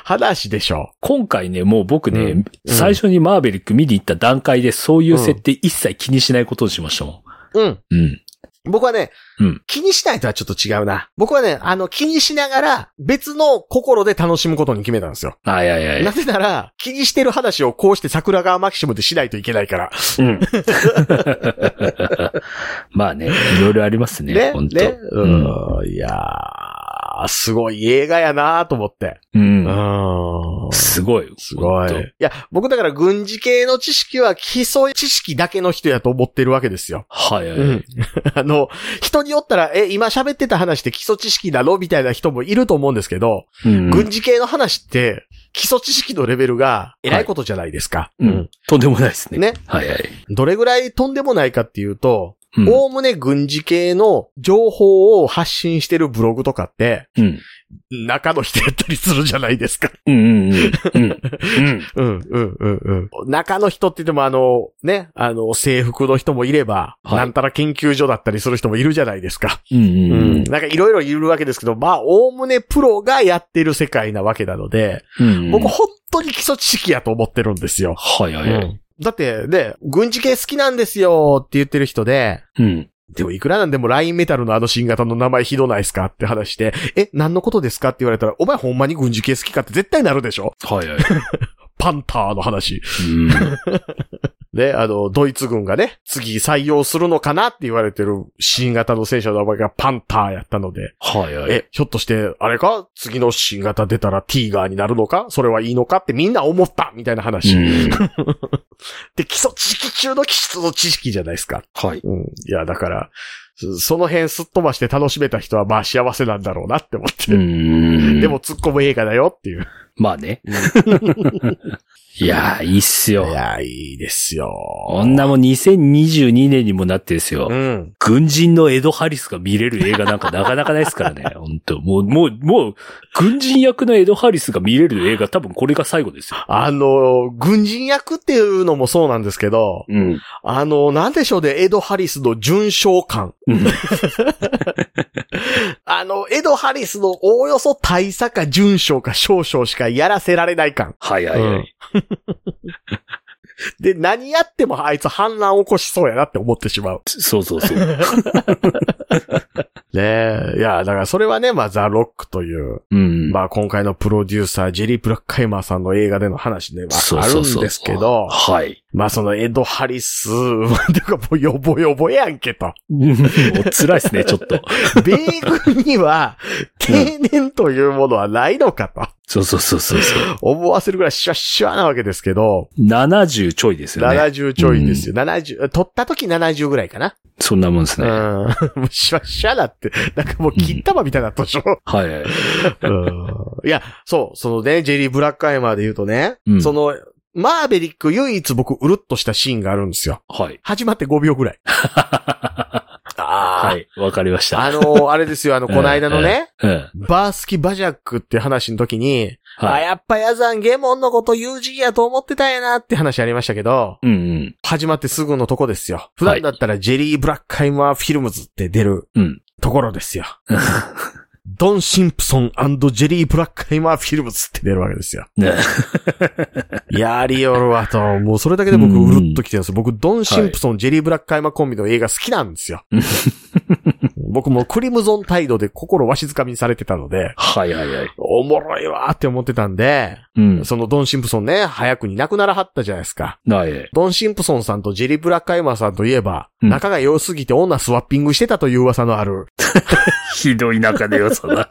[SPEAKER 3] 話でしょ。
[SPEAKER 4] 今回ね、もう僕ね、
[SPEAKER 3] うん
[SPEAKER 4] 最初にマーベリック見に行った段階でそういう設定一切気にしないことにしましたも
[SPEAKER 3] うん。
[SPEAKER 4] ん。うん。
[SPEAKER 3] 僕はね、
[SPEAKER 4] うん
[SPEAKER 3] 気にしないとはちょっと違うな。僕はね、あの、気にしながら別の心で楽しむことに決めたんですよ。
[SPEAKER 4] あいやいやい
[SPEAKER 3] な
[SPEAKER 4] や。
[SPEAKER 3] ぜなら、気にしてる話をこうして桜川マキシムでしないといけないから。
[SPEAKER 4] うん。 まあね、いろいろありますね、
[SPEAKER 3] ね、
[SPEAKER 4] 本当、
[SPEAKER 3] ね、う
[SPEAKER 4] うん。
[SPEAKER 3] ん、いやー、すごい映画やなーと思って。
[SPEAKER 4] うん。
[SPEAKER 3] うん
[SPEAKER 4] すごい。
[SPEAKER 3] すごい。
[SPEAKER 4] ほん
[SPEAKER 3] い
[SPEAKER 4] と
[SPEAKER 3] や、僕だから軍事系の知識は基礎知識だけの人やと思ってるわけですよ。
[SPEAKER 4] はいはい、
[SPEAKER 3] うん。 あの、人によったら、え、今喋ってた話って基礎知識だろみたいな人もいると思うんですけど、
[SPEAKER 4] うん
[SPEAKER 3] 軍事系の話って、基礎知識のレベルが偉いことじゃないですか。
[SPEAKER 4] うん。とんでもないですね。
[SPEAKER 3] ね。
[SPEAKER 4] はいはい。
[SPEAKER 3] どれぐらいとんでもないかっていうと、
[SPEAKER 4] うん
[SPEAKER 3] おおむね軍事系の情報を発信してるブログとかって、
[SPEAKER 4] うん。
[SPEAKER 3] 中の人やったりするじゃないですか。
[SPEAKER 4] うんうんうん。うん。うん。
[SPEAKER 3] うん、うん、うん、うん。中の人って言ってもあの、ね、あの、制服の人もいれば、
[SPEAKER 4] はい
[SPEAKER 3] なんたら研究所だったりする人もいるじゃないですか。
[SPEAKER 4] うんうんうん。
[SPEAKER 3] なんかいろいろいるわけですけど、まあ、おおむねプロがやってる世界なわけなので、
[SPEAKER 4] うん
[SPEAKER 3] 僕本当に基礎知識やと思ってるんですよ。
[SPEAKER 4] はいはいはい。
[SPEAKER 3] だって、ね、軍事系好きなんですよって言ってる人で、
[SPEAKER 4] うん。
[SPEAKER 3] でもいくらなんでもラインメタルのあの新型の名前ひどないですかって話して、え、何のことですかって言われたら、お前ほんまに軍事系好きかって絶対なるでしょ
[SPEAKER 4] はいはい。
[SPEAKER 3] パンターの話。
[SPEAKER 4] うん。
[SPEAKER 3] ね、あの、ドイツ軍がね、次採用するのかなって言われてる新型の戦車の名前がパンターやったので、
[SPEAKER 4] はいはい。
[SPEAKER 3] え、ひょっとして、あれか次の新型出たらティーガーになるのかそれはいいのかってみんな思ったみたいな話。
[SPEAKER 4] うん
[SPEAKER 3] で、基礎知識中の基礎の知識じゃないですか。
[SPEAKER 4] はい。
[SPEAKER 3] うん。いや、だから、そその辺すっ飛ばして楽しめた人はまあ幸せなんだろうなって思って。
[SPEAKER 4] うん。
[SPEAKER 3] でも、突っ込む映画だよっていう。
[SPEAKER 4] まあね。いやー、いいっす
[SPEAKER 3] い
[SPEAKER 4] よ。
[SPEAKER 3] や、いいですよ。
[SPEAKER 4] 女も2022年にもなってですよ。
[SPEAKER 3] うん。
[SPEAKER 4] 軍人のエド・ハリスが見れる映画なんかなかなかないですか らね。本当もう、もう、もう、軍人役のエド・ハリスが見れる映画多分これが最後ですよ。
[SPEAKER 3] あの、軍人役っていうのもそうなんですけど、
[SPEAKER 4] うん。
[SPEAKER 3] あの、なんでしょうね、エド・ハリスの純正感。 あの、エド・ハリスのおおよそ大佐か純正か少々しかやらせられない感。
[SPEAKER 4] はいはいはい。
[SPEAKER 3] で、何やってもあいつ反乱起こしそうやなって思ってしまう。
[SPEAKER 4] そうそう そう。
[SPEAKER 3] ねえ。いや、だからそれはね、まあ、ザ・ロックという、
[SPEAKER 4] うん。
[SPEAKER 3] まあ、今回のプロデューサー、ジェリー・ブラックカイマーさんの映画での話では
[SPEAKER 4] そう
[SPEAKER 3] あ
[SPEAKER 4] そ
[SPEAKER 3] る
[SPEAKER 4] うそうん
[SPEAKER 3] ですけど、
[SPEAKER 4] はい。
[SPEAKER 3] まあ、そのエド・ハリス、 てかもうヨボヨボやんけと。
[SPEAKER 4] もう辛いですね、ちょっと。
[SPEAKER 3] 米軍には、定年というものはないのかと。
[SPEAKER 4] そうそうそうそうそう。
[SPEAKER 3] 思わせるぐらいシュワシュワなわけですけど、
[SPEAKER 4] 70ちょいですよね。
[SPEAKER 3] 70ちょいですよ。70、取った時70ぐらいかな。
[SPEAKER 4] そんなもんです
[SPEAKER 3] う
[SPEAKER 4] ね。はい
[SPEAKER 3] ん。もうシュワシュワだって、なんかもう金玉みたいになったでしょ。
[SPEAKER 4] はい。
[SPEAKER 3] うんいや、そう、そのね、ジェリー・ブラックアイマーで言うとね、
[SPEAKER 4] うん
[SPEAKER 3] その、マーベリック唯一僕うるっとしたシーンがあるんですよ。
[SPEAKER 4] はい。
[SPEAKER 3] 始まって5秒ぐ らい。あ
[SPEAKER 4] はい。わかりまし
[SPEAKER 3] あ。
[SPEAKER 4] た。
[SPEAKER 3] あのーあれですよ、あの、こないだの ね、
[SPEAKER 4] うん。
[SPEAKER 3] バースキ・バジャックって話の時に、あ、
[SPEAKER 4] はい。
[SPEAKER 3] やっぱヤザン・ゲモンのこと友人やと思ってたんやなって話ありましたけど、
[SPEAKER 4] うんうん。
[SPEAKER 3] 始まってすぐのとこですよ。普段だったらジェリー・ブラックアイマー・フィルムズって出る
[SPEAKER 4] うん。
[SPEAKER 3] ところですよ。 ドン・シンプソンジェリー・ブラックアイマー・フィルムズって出るわけですよ。
[SPEAKER 4] ね
[SPEAKER 3] やりよるわと、もうそれだけで僕
[SPEAKER 4] うん
[SPEAKER 3] うるっときてるんですよ。僕、ドン・シンプソン、ジェリー・ブラック・カイマコンビの映画好きなんです よ。僕もクリムゾン態度で心わしづかみにされてたので、
[SPEAKER 4] はいはいはい。
[SPEAKER 3] おもろいわーって思ってたんで、
[SPEAKER 4] うん。
[SPEAKER 3] そのドン・シンプソンね、早くに亡くならはったじゃないですか。
[SPEAKER 4] ない。
[SPEAKER 3] ドン・シンプソンさんとジェリー・ブラック・カイマーさんといえば、
[SPEAKER 4] うん
[SPEAKER 3] 仲が良すぎて女スワッピングしてたという噂のある、
[SPEAKER 4] ひどい中でよ、そら。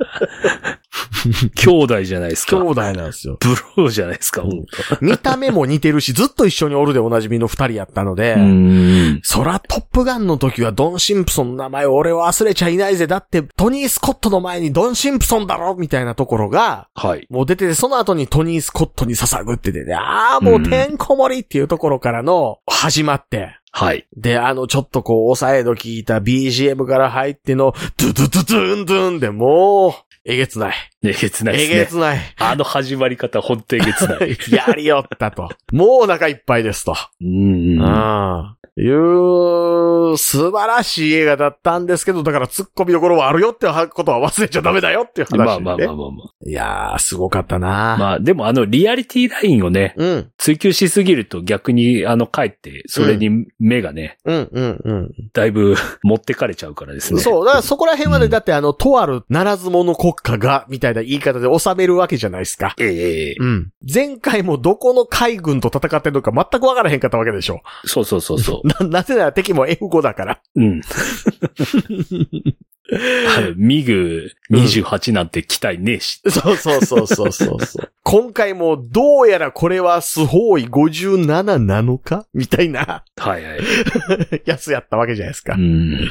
[SPEAKER 4] 兄弟じゃないです
[SPEAKER 3] 兄
[SPEAKER 4] か。
[SPEAKER 3] 弟なんです よ。
[SPEAKER 4] ブローじゃないですか、ほんと。
[SPEAKER 3] 見た目も似てるし、ずっと一緒におるでおなじみの二人やったので、
[SPEAKER 4] うん。
[SPEAKER 3] そら、トップガンの時はドン・シンプソンの名前を俺は忘れちゃいないぜ。だって、トニー・スコットの前にドン・シンプソンだろみたいなところが、
[SPEAKER 4] はい。
[SPEAKER 3] もう出てて、その後にトニー・スコットに捧ぐっててね、ああ、もうてんこ盛りっていうところからの始まって、
[SPEAKER 4] はい。
[SPEAKER 3] で、あの、ちょっとこう、押さえの効いた BGM から入っての、ドゥドゥドゥドゥンドゥンで、もう、えげつない。
[SPEAKER 4] えげつないで
[SPEAKER 3] え
[SPEAKER 4] すね
[SPEAKER 3] げ。つ ない。
[SPEAKER 4] あの始まり方、ほんとえげつない。
[SPEAKER 3] やりよったと。もうお腹いっぱいですと。
[SPEAKER 4] うん。
[SPEAKER 3] ああ。いう、素晴らしい映画だったんですけど、だから突っ込みどころはあるよってことは忘れちゃダメだよっていう話、ね。
[SPEAKER 4] まあまあまあまあま
[SPEAKER 3] いやー、すごかったな
[SPEAKER 4] あ。まあ、でもあの、リアリティラインをね、
[SPEAKER 3] うん、
[SPEAKER 4] 追求しすぎると逆に、あの、帰って、それに目がね、
[SPEAKER 3] うん、うん、うん。
[SPEAKER 4] だいぶ持ってかれちゃうからですね。
[SPEAKER 3] そう、だからそこら辺はね、
[SPEAKER 4] うん
[SPEAKER 3] だってあの、とあるならず者国家が、みたいな言い方で収めるわけじゃないですか。
[SPEAKER 4] ええええ
[SPEAKER 3] うん。前回もどこの海軍と戦ってるのか全くわからへんかったわけでしょ。
[SPEAKER 4] そうそうそうそ
[SPEAKER 3] な、なぜなら敵も F5 だから。
[SPEAKER 4] う。うん。あのミグ28なんて期待ねえし。
[SPEAKER 3] そうそうそうそうそうそう。 今回もどうやらこれはスホーイ57なのかみたいな
[SPEAKER 4] はいはい。
[SPEAKER 3] やつやったわけじゃないですか
[SPEAKER 4] う。ん。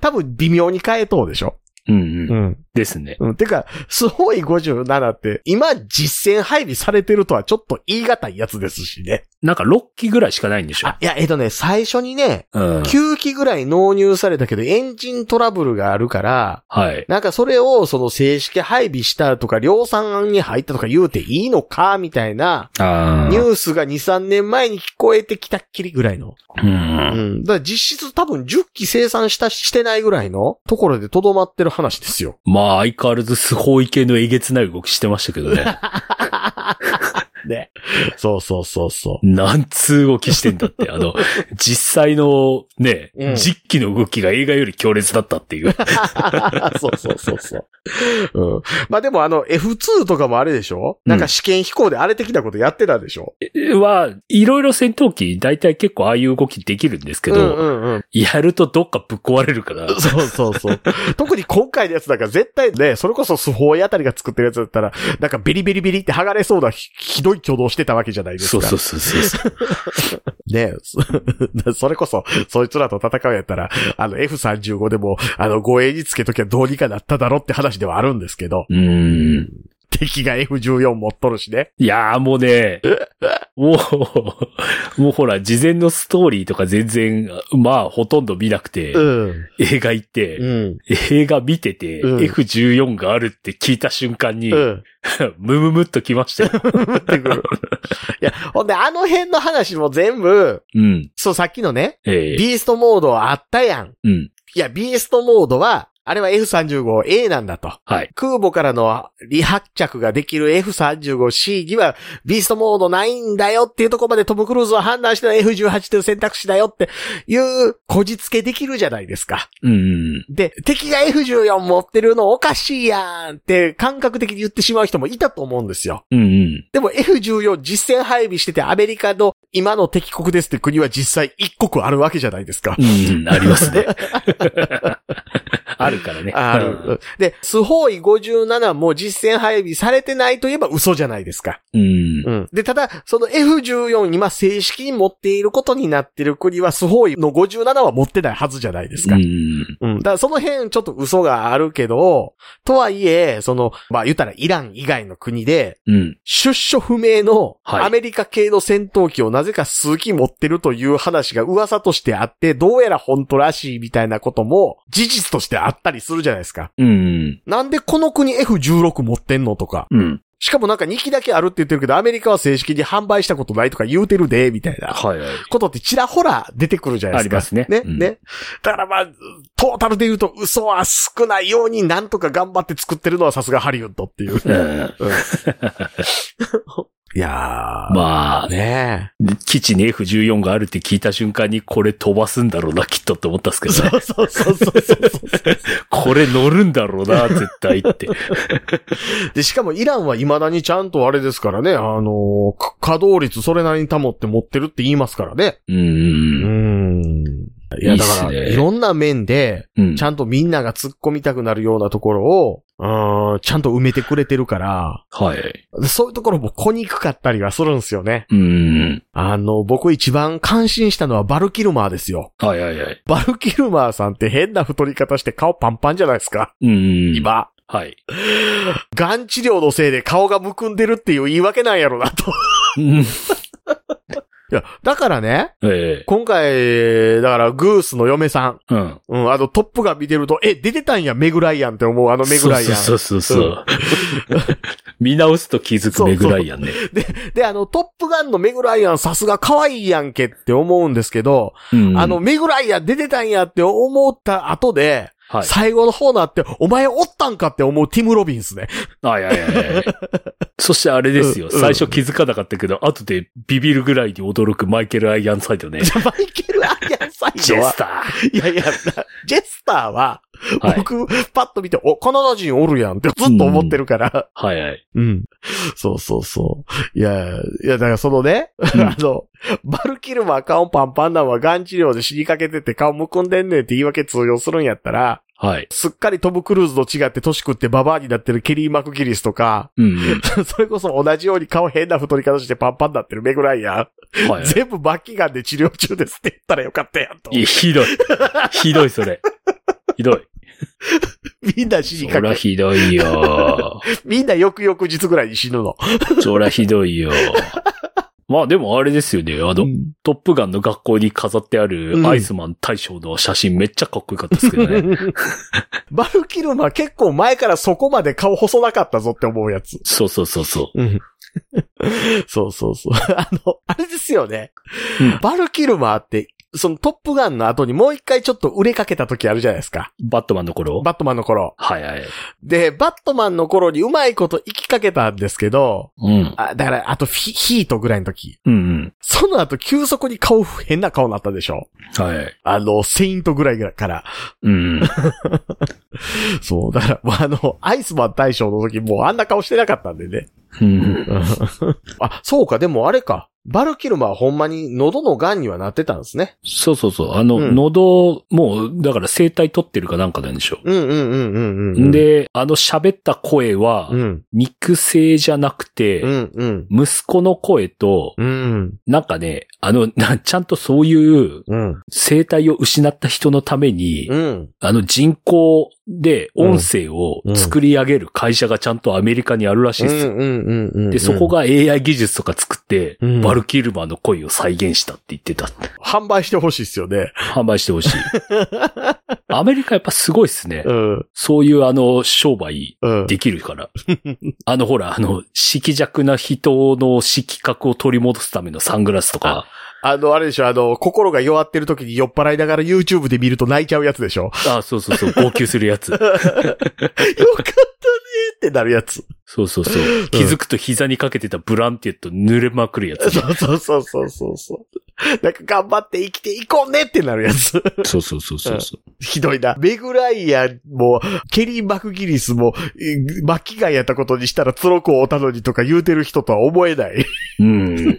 [SPEAKER 3] 多分微妙に変えとうでしょ
[SPEAKER 4] うんうん。
[SPEAKER 3] ん。
[SPEAKER 4] ですね。
[SPEAKER 3] うん。てか、スホーイ57って今実戦配備されてるとはちょっと言い難いやつですしね。
[SPEAKER 4] なんか6機ぐらいしかないんでしょ
[SPEAKER 3] あ、いや、えっとね、最初にね、
[SPEAKER 4] うん。
[SPEAKER 3] 9機ぐらい納入されたけどエンジントラブルがあるから、
[SPEAKER 4] はい。
[SPEAKER 3] なんかそれをその正式配備したとか量産に入ったとか言うていいのかみたいな
[SPEAKER 4] あ
[SPEAKER 3] ニ
[SPEAKER 4] ー
[SPEAKER 3] ュースが2、3年前に聞こえてきたっきりぐらいの。
[SPEAKER 4] う。
[SPEAKER 3] うんん。だから実質多分10機生産した、してないぐらいのところでとどまってる話ですよ。
[SPEAKER 4] まあ、相変わらずスホーイ系のえげつない動きしてましたけど ね。
[SPEAKER 3] ね。 そうそうそうそ
[SPEAKER 4] なんつう動きしてんだって、あの、実際のね、
[SPEAKER 3] うん
[SPEAKER 4] 実機の動きが映画より強烈だったっていう。
[SPEAKER 3] う。 そうそうそうそう。うん。まあでもあの F2 とかもあれでしょなんか試験飛行であれ的なことやってたでしょ、
[SPEAKER 4] は、いろいろ戦闘機、大体結構ああいう動きできるんですけ
[SPEAKER 3] う
[SPEAKER 4] ど、
[SPEAKER 3] んうんうん。
[SPEAKER 4] やるとどっかぶっ壊れる から。
[SPEAKER 3] そうそうそう。 特に今回のやつなんか絶対ね、それこそスホーイあたりが作ってるやつだったら、なんかベリベリベリって剥がれそうなひひどい挙動してたわけじゃないですか。
[SPEAKER 4] そうそうそうそう。
[SPEAKER 3] ねえ、 そそれこそ、そいつらと戦うんやったら、あの F35 でも、あの護衛につけときゃどうにかなっただろって話ではあるんですけど、
[SPEAKER 4] うーん。
[SPEAKER 3] 敵が F14 持っとるしね。
[SPEAKER 4] いやーもうね、もう、もうほら、事前のストーリーとか全然、まあ、ほとんど見なくて、
[SPEAKER 3] ん。
[SPEAKER 4] 映画行って、
[SPEAKER 3] うん。
[SPEAKER 4] 映画見てて、
[SPEAKER 3] うん
[SPEAKER 4] F14 があるって聞いた瞬間に、
[SPEAKER 3] うん。
[SPEAKER 4] ムムムっときましたよ。
[SPEAKER 3] 降ってくる。いや、ほんであの辺の話も全部、
[SPEAKER 4] うん。
[SPEAKER 3] そうさっきのね、
[SPEAKER 4] ええ
[SPEAKER 3] ビーストモードあったやん。
[SPEAKER 4] うん。
[SPEAKER 3] いや、ビーストモードは、あれは F35A なんだと。
[SPEAKER 4] はい。
[SPEAKER 3] 空母からの離発着ができる F35C にはビーストモードないんだよっていうところまでトム・クルーズは判断しての F18 という選択肢だよっていうこじつけできるじゃないですか。
[SPEAKER 4] うん。
[SPEAKER 3] で、敵が F14 持ってるのおかしいやんって感覚的に言ってしまう人もいたと思うんですよ。
[SPEAKER 4] うんうん。
[SPEAKER 3] でも F14 実戦配備しててアメリカの今の敵国ですって国は実際一国あるわけじゃないですか。
[SPEAKER 4] うん、ありますね。あるからね。
[SPEAKER 3] ある。で、スホーイ57も実戦配備されてないといえば嘘じゃないですか。
[SPEAKER 4] うん。
[SPEAKER 3] うん。で、ただ、その F14 今正式に持っていることになってる国はスホーイの57は持ってないはずじゃないです
[SPEAKER 4] う
[SPEAKER 3] か。
[SPEAKER 4] ん。
[SPEAKER 3] うん。だからその辺ちょっと嘘があるけど、とはいえ、その、まあ言ったらイラン以外の国で、
[SPEAKER 4] うん。
[SPEAKER 3] 出所不明の
[SPEAKER 4] はい
[SPEAKER 3] アメリカ系の戦闘機をなぜか数機持ってるという話が噂としてあって、どうやら本当らしいみたいなことも事実としてあったりするじゃないですか。
[SPEAKER 4] うん。
[SPEAKER 3] なんでこの国 F16 持ってんのとか。
[SPEAKER 4] うん。
[SPEAKER 3] しかもなんか2機だけあるって言ってるけど、アメリカは正式に販売したことないとか言うてるで、みたいな。
[SPEAKER 4] はいはい。
[SPEAKER 3] ことってちらほら出てくるじゃないですか。
[SPEAKER 4] ありますね
[SPEAKER 3] ね、
[SPEAKER 4] うん
[SPEAKER 3] ね。だからまあ、トータルで言うと嘘は少ないようになんとか頑張って作ってるのはさすがハリウッドっていう。
[SPEAKER 4] うん
[SPEAKER 3] いやー。
[SPEAKER 4] まあ、
[SPEAKER 3] ね
[SPEAKER 4] 基地に F14 があるって聞いた瞬間にこれ飛ばすんだろうな、きっとって思ったんですけ
[SPEAKER 3] え。
[SPEAKER 4] どね、
[SPEAKER 3] そうそうそうそうそう
[SPEAKER 4] これ乗るんだろうな、絶対って。
[SPEAKER 3] で、しかもイランは未だにちゃんとあれですからね、あのーか稼働率それなりに保って持ってるって言いますからね。
[SPEAKER 4] うん。
[SPEAKER 3] ん。いや、
[SPEAKER 4] いいっ
[SPEAKER 3] だ
[SPEAKER 4] す
[SPEAKER 3] か
[SPEAKER 4] ね
[SPEAKER 3] ら、いろんな面で、
[SPEAKER 4] うん
[SPEAKER 3] ち。ゃんとみんなが突っ込みたくなるようなところを、うん、ちゃんと埋めてくれてるから、
[SPEAKER 4] はい。
[SPEAKER 3] そういうところも小憎かったりはするんですよね。
[SPEAKER 4] うん。
[SPEAKER 3] あの、僕一番感心したのはバルキルマーですよ。
[SPEAKER 4] はいはいはい。
[SPEAKER 3] バルキルマーさんって変な太り方して顔パンパンじゃないですか。
[SPEAKER 4] うん。。
[SPEAKER 3] 今。
[SPEAKER 4] はい。
[SPEAKER 3] がん治療のせいで顔がむくんでるっていう言い訳なんやろなと。
[SPEAKER 4] うん。
[SPEAKER 3] いや、だからね、
[SPEAKER 4] ええ。
[SPEAKER 3] 今回、だから、グースの嫁さん。
[SPEAKER 4] うん。
[SPEAKER 3] うん、あの、トップが見てると、え、出てたんや、メグライアンって思う、あのメグライアン。
[SPEAKER 4] そうそうそうそう。見直すと気づくメグライアンね。
[SPEAKER 3] で、あの、トップガンのメグライアンさすが可愛いやんけって思うんですけど、
[SPEAKER 4] うん
[SPEAKER 3] あの、、メグライアン出てたんやって思った後で、
[SPEAKER 4] はい。
[SPEAKER 3] 最後の方なって、お前おったんかって思うティム・ロビンです ね。
[SPEAKER 4] はいはいはいはい。そしてあれですよ。
[SPEAKER 3] うんうん
[SPEAKER 4] 最初気づかなかったけど、後でビビるぐらいに驚くマイケル・アイアンサイドね。
[SPEAKER 3] じゃ、マイケル・アイアンサイ
[SPEAKER 4] ジ
[SPEAKER 3] ド
[SPEAKER 4] ェ
[SPEAKER 3] は
[SPEAKER 4] ス。タ
[SPEAKER 3] いやいや、なジェスターは、
[SPEAKER 4] ー。はい。
[SPEAKER 3] 僕、パッと見て、お、カナダ人おるやんってずっと思ってるから。
[SPEAKER 4] はいはい。
[SPEAKER 3] うん。そうそうそう。いや、いや、だからそのね、
[SPEAKER 4] うん
[SPEAKER 3] あの、バルキルマー顔パンパンなんはがん治療で死にかけてて顔むくんでんねんって言い訳通用するんやったら、
[SPEAKER 4] はい。
[SPEAKER 3] すっかりトム・クルーズと違って年食ってババアになってるケリー・マクギリスとか、
[SPEAKER 4] うん。
[SPEAKER 3] それこそ同じように顔変な太り方してパンパンになってるメグライア
[SPEAKER 4] は
[SPEAKER 3] ン。
[SPEAKER 4] い。
[SPEAKER 3] 全部末期がんで治療中ですって言ったらよかったやんと
[SPEAKER 4] い。やひどい。ひどい、それ。ひどい。
[SPEAKER 3] みんな死に
[SPEAKER 4] そ
[SPEAKER 3] か
[SPEAKER 4] ら
[SPEAKER 3] け、
[SPEAKER 4] ひどいよ。
[SPEAKER 3] みんな翌々日ぐらいに死ぬの。
[SPEAKER 4] そらひどいよ。まあでもあれですよね。あの、トップガンの学校に飾ってあ
[SPEAKER 3] うん
[SPEAKER 4] るアイスマン大将の写真めっちゃかっこよかったですけどね。
[SPEAKER 3] バルキルマ結構前からそこまで顔細なかったぞって思うやつ。
[SPEAKER 4] そうそうそうそ
[SPEAKER 3] うん。 そうそうそう。 あの、あれですよね。
[SPEAKER 4] うん
[SPEAKER 3] バルキルマって、そのトップガンの後にもう一回ちょっと売れかけた時あるじゃないですか。
[SPEAKER 4] う。バットマンの頃
[SPEAKER 3] バットマンの頃。
[SPEAKER 4] はいはい。
[SPEAKER 3] で、バットマンの頃にうまいこと行きかけたんですけど、
[SPEAKER 4] うん。
[SPEAKER 3] あだから、あとヒヒートぐらいの時。
[SPEAKER 4] うんうん。
[SPEAKER 3] その後急速に顔変な顔になったでしょ
[SPEAKER 4] はい。
[SPEAKER 3] あの、セイントぐらいから。
[SPEAKER 4] うん。
[SPEAKER 3] そう、だから、まああの、アイスマン大将の時もうあんな顔してなかったんでね。
[SPEAKER 4] うん。
[SPEAKER 3] あ、そうか、でもあれか。バルキルマはほんまに喉の癌にはなってたんですね。
[SPEAKER 4] そうそうそう。あの、
[SPEAKER 3] うん
[SPEAKER 4] 喉、もう、だから声帯取ってるかなんかなんでしょ
[SPEAKER 3] うんうんうんうんうん
[SPEAKER 4] う。
[SPEAKER 3] うん。、
[SPEAKER 4] で、あの喋った声は
[SPEAKER 3] う、ん、
[SPEAKER 4] 肉声じゃなく
[SPEAKER 3] う
[SPEAKER 4] て、
[SPEAKER 3] んうん。
[SPEAKER 4] 息子の声と、
[SPEAKER 3] うん、
[SPEAKER 4] なんかね、あの、なちゃんとそういう
[SPEAKER 3] うん、
[SPEAKER 4] 声帯を失った人のために、
[SPEAKER 3] うん。
[SPEAKER 4] あの人工で音声を作り上げる会社がちゃんとアメリカにあるらしい
[SPEAKER 3] うん、
[SPEAKER 4] で
[SPEAKER 3] う
[SPEAKER 4] すよ。
[SPEAKER 3] ん、うんうん。
[SPEAKER 4] で、そこ、が AI 技術とか作って、
[SPEAKER 3] うん
[SPEAKER 4] バルキルマの声を再現したって言ってた。
[SPEAKER 3] 販売してほしいっすよね。
[SPEAKER 4] 販売してほしい。 アメリカやっぱすごいっすね。
[SPEAKER 3] うん、
[SPEAKER 4] そういうあの、商売
[SPEAKER 3] うん。
[SPEAKER 4] できるから。あの、ほら、あの、色弱な人の色覚を取り戻すためのサングラスとか。
[SPEAKER 3] あの、あれでしょ、あの、心が弱ってる時に酔っ払いながら YouTube で見ると泣いちゃうやつで しょ。よ
[SPEAKER 4] あそうそうそう、号泣する やつ。
[SPEAKER 3] かったねーってなるやつ。
[SPEAKER 4] そうそうそう。気づくと膝にかけてたブランティット濡れまくるやつ。
[SPEAKER 3] そうそうそうそうそうそう。なんか頑張って生きていこうねってなるやつ。
[SPEAKER 4] そうそうそうそうそう。
[SPEAKER 3] ひどいな。メグライアンも、ケリー・マクギリスも、えマッキガンやったことにしたら、ツロコをおたのにとか言うてる人とは思えない。
[SPEAKER 4] うん。